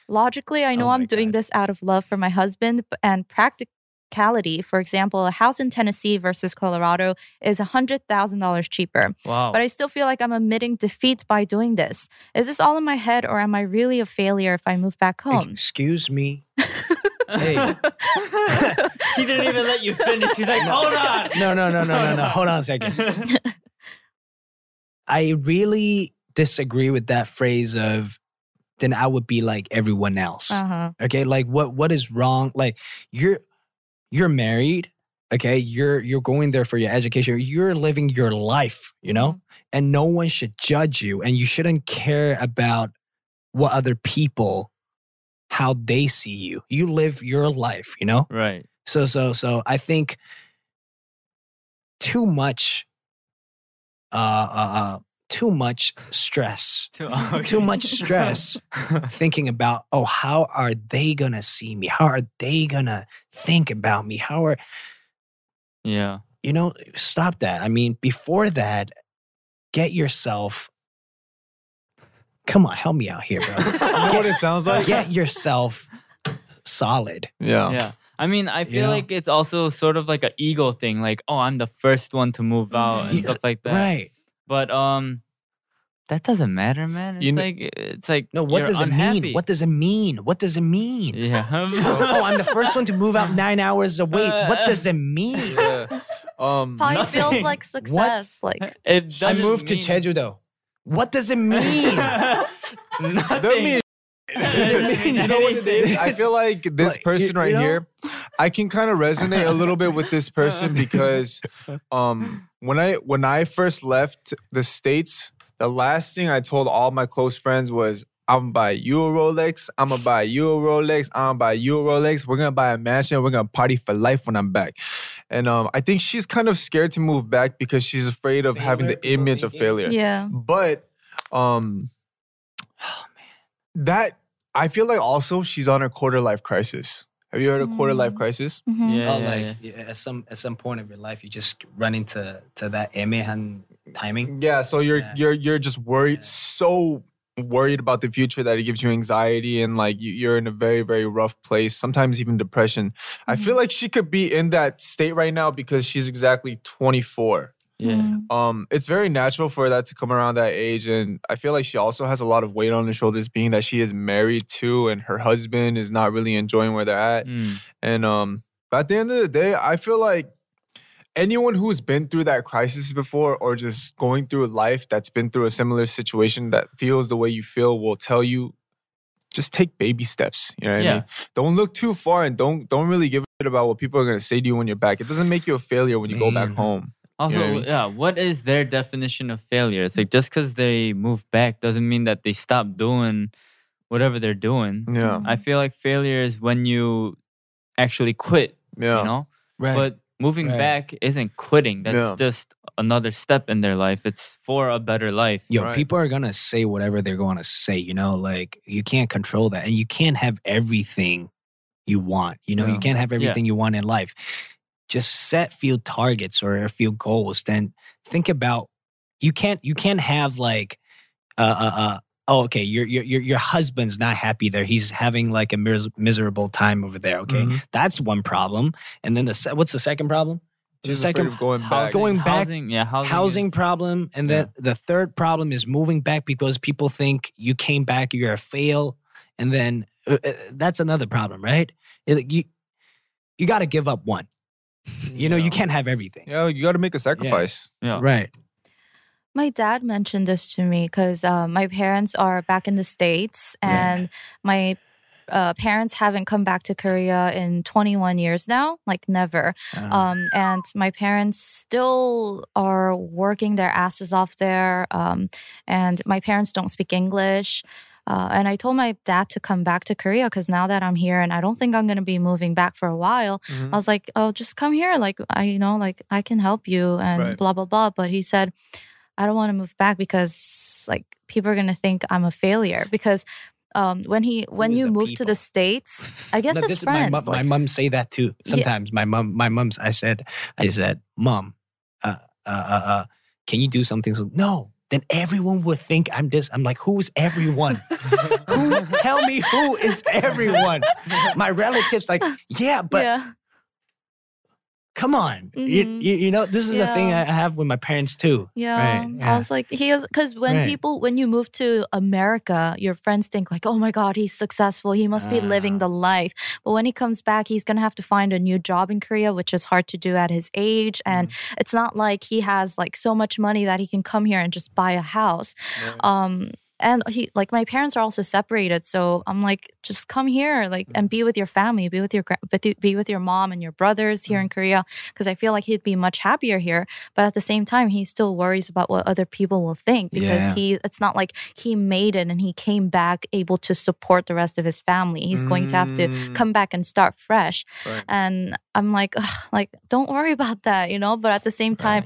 C: Logically, I know
D: Oh
C: I'm
D: my
C: doing
D: God.
C: this out of love for my husband, b- and practicality, for example, a house in Tennessee versus Colorado is $100,000 cheaper.
D: Oh.
B: Wow.
C: But I still feel like I'm admitting defeat by doing this. Is this all in my head, or am I really a failure if I move back home?
D: Excuse me. hey.
B: he didn't even let you finish. He's like, hold on.
D: No, no, no, no, no, no. Hold on a second. I really disagree with that phrase of then I would be like everyone else.
C: Uh-huh.
D: Okay? Like what what is wrong? Like you're you're married, okay? You're you're going there for your education. You're living your life, you know? And no one should judge you and you shouldn't care about what other people how they see you. You live your life, you know?
B: Right.
D: So so so I think too much uh uh, uh too much stress.
B: Too, okay.
D: Too much stress thinking about oh how are they going to see me? How are they going to think about me? How are
B: yeah.
D: you know stop that. I mean before that get yourself Come on, help me out here, bro.
A: You know what it sounds like?
D: get yourself solid.
A: Yeah.
B: Yeah. I mean, I feel
D: Oh. Yeah.
B: like it's also sort of like an ego thing. Like, oh, I'm the first one to move out and
D: Yes,
B: stuff like that.
D: Mm-hmm. Right.
B: But um, that doesn't matter, man. It's
A: You kn-
B: like it's like
D: No, what
B: you're
D: does it
B: unhappy.
D: mean? What does it mean? What does it mean?
B: Yeah.
D: oh, I'm the first one to move out nine hours away.
B: Uh,
D: What does it mean?
A: Yeah. Um,
C: Probably feels
B: Nothing.
C: like success. Like
B: it
D: I
B: doesn't
D: moved to
B: mean-
D: Jeju though. What does it mean?
B: Nothing.
A: mean- you know what it is? I feel like this
D: Like, you-
A: person
D: you
A: right
D: know?
A: here, I can kind of resonate a little bit with this person because um when I when I first left the States, the last thing I told all my close friends was I'm gonna buy you a Rolex. I'm gonna buy you a Rolex. I'm gonna buy you a Rolex. We're gonna buy a mansion. We're gonna party for life when I'm back. And um, I think she's kind of scared to move back because she's afraid of having
D: Failure,
A: the
D: people
A: image of
D: thinking.
A: failure.
C: yeah.
A: But um that I feel like also she's on her quarter life crisis. Have you heard of quarter life
C: Mm.
A: crisis?
C: Mhm.
B: Yeah,
D: Oh,
B: yeah, yeah.
D: like yeah, at some at some point of your life, you just run into to that and timing.
A: Yeah, so you're
D: Yeah.
A: you're you're just worried
D: Yeah.
A: so worried about the future that it gives you anxiety and like you, you're in a very very rough place, sometimes even depression. I
D: Mm-hmm.
A: feel like she could be in that state right now because she's exactly 24.
B: Yeah.
C: Mhm.
A: Um it's very natural for that to come around that age and I feel like she also has a lot of weight on her shoulders being that she is married too and her husband is not really enjoying where they're at.
B: Mm.
A: And um, but at the end of the day, I feel like anyone who's been through that crisis before or just going through life that's been through a similar situation that feels the way you feel will tell you just take baby steps. You know what I
B: Yeah.
A: mean? Don't look too far and don't don't really give a shit about what people are gonna say to you when you're back. It doesn't make you a failure when you go back home.
B: Also,
A: You know what I mean?
B: yeah, what is their definition of failure? It's like just because they move back doesn't mean that they stop doing whatever they're doing.
A: Yeah.
B: I feel like failure is when you actually quit.
A: Yeah.
B: You know?
D: Right.
B: But moving
D: Right.
B: back isn't quitting. That's
D: Yeah.
B: just another step in their life. It's for a better life.
D: Yo, people are gonna say whatever they're gonna say, you know, like you can't control that. And you can't have everything you want. You know,
B: Yeah.
D: you can't have
B: Yeah.
D: everything you want in life. Just set field targets or field goals. Then think about you can't you can't have like uh uh, uh oh okay your your your your husband's not happy there he's having like a mis- miserable time over there okay
A: Mhm.
D: that's one problem and then the se- what's the second problem The
A: Just afraid of going back.
D: going back
B: Housing, yeah, housing.
D: housing problem and then the third problem is moving back because people think you came back you're a fail and then uh, uh, that's another problem right It- you you got to give up one you know you can't have everything
A: Yeah, you gotta make a sacrifice.
B: Yeah.
D: right
C: My dad mentioned this to me because uh, my parents are back in the States and my uh, parents haven't come back to Korea in 21 years now, like never. Um, and my parents still are working their asses off there. Um, and my parents don't speak English. Uh, and I told my dad to come back to Korea because now that I'm here and I don't think I'm going to be moving back for a while, I was like, oh, just come here. Like, I, you know, like I can help you and
K: Right.
C: blah, blah, blah. But he said, I don't want to move back because like people are going to think I'm a failure because. Um, when he when you move to the states, I guess
D: No,
C: his
D: this is
C: friends.
D: my mom,
C: like-
D: my mom say that too
C: Yeah.
D: sometimes my mom my mom's i said i said mom uh uh uh, uh can you do something so no then everyone would think i'm this i'm like who's everyone who, tell me who is everyone my relatives like yeah but come on you,
C: Mhm.
D: you, you know this is the thing
C: Yeah.
D: i I have with my parents too
C: Yeah, um,
D: right
C: I was like, he is because when
D: Right.
C: people when you move to America, your friends think like, oh my god, he's successful. He must be living the life. But when he comes back, he's gonna have to find a new job in Korea, which is hard to do at his age. And it's not like he has like so much money that he can come here and just buy a house. Um, and he like my parents are also separated, so I'm like, just come here, like, and be with your family, be with your gra- with y- be with your mom and your brothers here in
K: Mm-hmm.
C: Korea, because I feel like he'd be much happier here. But at the same time, he still worries about what other people will think because
K: Yeah.
C: he it's not like he made it and he came back able to support the rest of his family. He's going to have to
A: Mm-hmm.
K: Mm.
C: come back and start fresh.
K: Right.
C: And I'm like, "Ugh," like, don't worry about that, you know. But at the same time,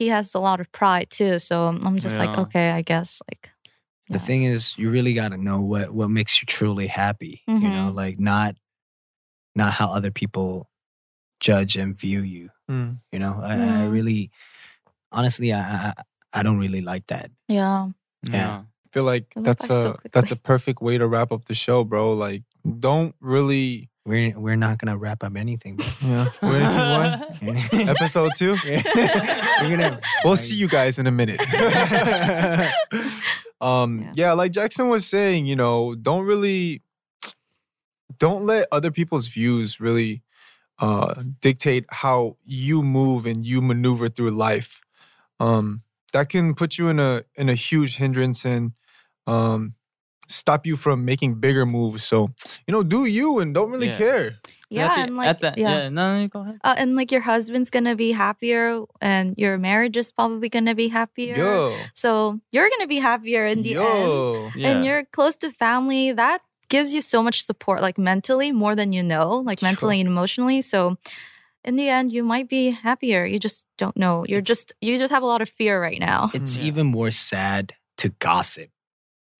C: he has a lot of pride too. So I'm just like,
D: Yeah.
C: okay, I guess like
D: the thing is you really got to know what what makes you truly happy you know
C: Mhm.
D: like not not how other people judge and view you
A: Mm-hmm.
D: you know i, I
C: Mm.
D: really honestly I, I i don't really like that
C: yeah.
D: yeah
A: I feel like
C: It went
A: that's
C: by so
A: a that's a perfect way to wrap up the show, bro. Like, don't really.
D: We're we're not gonna wrap up anything. Bro.
A: Yeah, we're gonna do one episode two.
D: we're gonna.
A: We'll see you guys in a minute. um, yeah. like Jackson was saying, you know, don't really, don't let other people's views really uh, dictate how you move and you maneuver through life. Um, that can put you in a in a huge hindrance and um, stop you from making bigger moves. So, you know, do you and don't really
B: Yeah.
A: care.
C: Yeah,
B: the-
C: and like
B: at the-
C: yeah.
B: yeah, no, no, go ahead.
C: Uh, and like your husband's gonna be happier, and your marriage is probably gonna be happier.
B: Yo.
C: So you're gonna be happier in the
A: Yo.
C: end,
A: Yeah.
C: and you're close to family. That gives you so much support, like mentally, more than you know, like mentally and emotionally. So in the end, you might be happier. You just don't know. You're just you just have a lot of fear right now.
D: It's even more sad to gossip.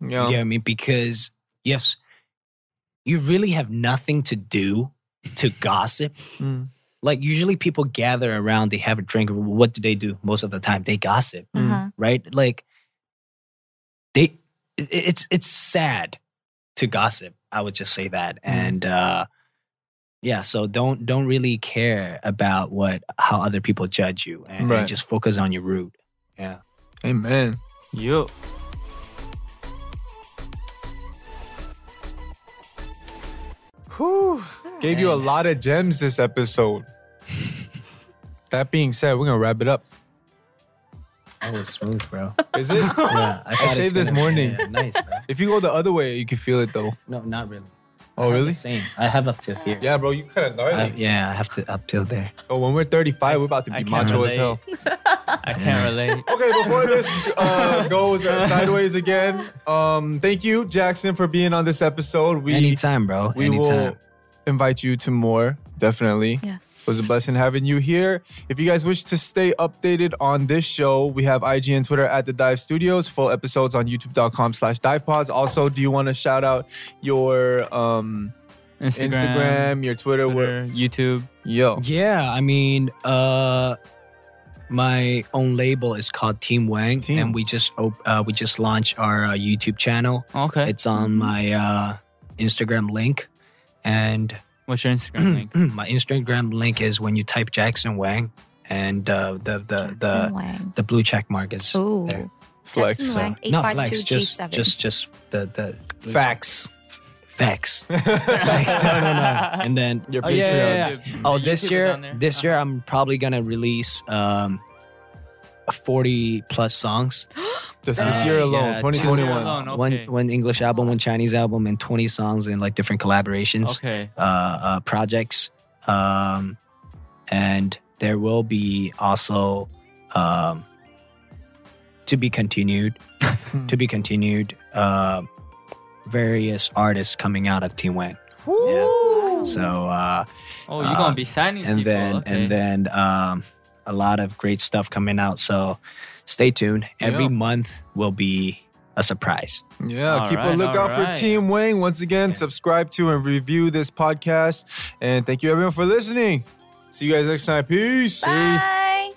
A: Yeah.
D: You know what I mean? Because you have, s- you really have nothing to do to gossip.
A: Mm.
D: Like usually people gather around, they have a drink. What do they do most of the time? They gossip,
C: Uh-huh.
D: right? Like they, it- it's it's sad to gossip. I would just say that,
A: Mm.
D: and uh, yeah. So don't don't really care about what how other people judge you, and, and
A: Right.
D: just focus on your root. Yeah.
A: Amen.
B: Yo.
A: Whew. Gave you a lot of gems this episode. That being said, we're gonna wrap it up.
D: That was smooth, bro.
A: Is it?
D: Yeah,
A: I,
D: I thought
A: shaved this
D: it's gonna be-
A: morning.
D: yeah, nice, bro.
A: If you go the other way, you can feel it though.
D: No, not really.
A: Oh, really?
D: Same. I have up till here.
A: Yeah, bro, you kind of
D: I-
A: gnarly.
D: yeah, I have to up till there.
A: Oh, when we're 35, we're about to be
D: can't
A: macho as
D: relate.
A: hell.
B: I can't relate.
A: Okay, before this uh, goes uh, sideways again, um, thank you, Jackson, for being on this episode. We
D: anytime, bro.
A: we
D: anytime.
A: will invite you to more. Definitely.
C: Yes.
A: It was a blessing having you here. If you guys wish to stay updated on this show, we have IG and Twitter at The Dive Studios. Full episodes on youtube.com slash divepods. Also, do you want to shout out your um,
B: Instagram,
A: Instagram, your Twitter? where-
B: Twitter, YouTube.
A: Yo.
D: Yeah, I mean, uh my own label is called Team Wang,
A: Team.
D: and we just op- uh, we just launched our uh, YouTube channel.
B: Okay.
D: It's on my uh, Instagram link, and
B: What's your Instagram link?
D: my Instagram link is when you type Jackson Wang, and uh, the the
C: Jackson
D: the,
C: Wang.
D: the blue check mark is
C: Ooh.
D: there.
A: Flex.
C: Jackson Wang,
D: Not flex,
C: 852
D: just
C: G7.
D: just just the the blue
A: Facts.
D: check- facts. Facts. No, no, no. And then
A: Your
D: oh, yeah, yeah,
A: Patreons.
D: yeah. Oh, this
B: YouTubers on
D: year,
B: there.
D: this year I'm probably gonna release um, 40 plus songs.
A: Just
D: Uh,
A: this year alone,
D: yeah,
A: 2021.
B: alone. Oh,
D: One
B: okay.
D: one English album, one Chinese album, and 20 songs and like different collaborations,
B: Okay.
D: uh, uh, projects, um, and there will be also um, to be continued, to be continued. Uh, various artists coming out of Team Wang. Yeah. So. Uh,
B: Oh, you're
D: Uh,
B: gonna be signing
D: and
B: people.
D: then
B: okay.
D: and then um, a lot of great stuff coming out. So stay tuned. Every
A: Yeah.
D: month will be a surprise.
A: Yeah,
B: All
A: keep a
B: right,
A: lookout
B: all
A: for
B: right.
A: Team Wang. Once again, subscribe to and review this podcast. And thank you everyone for listening. See you guys next time. Peace. Peace.
C: Bye.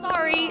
H: Sorry,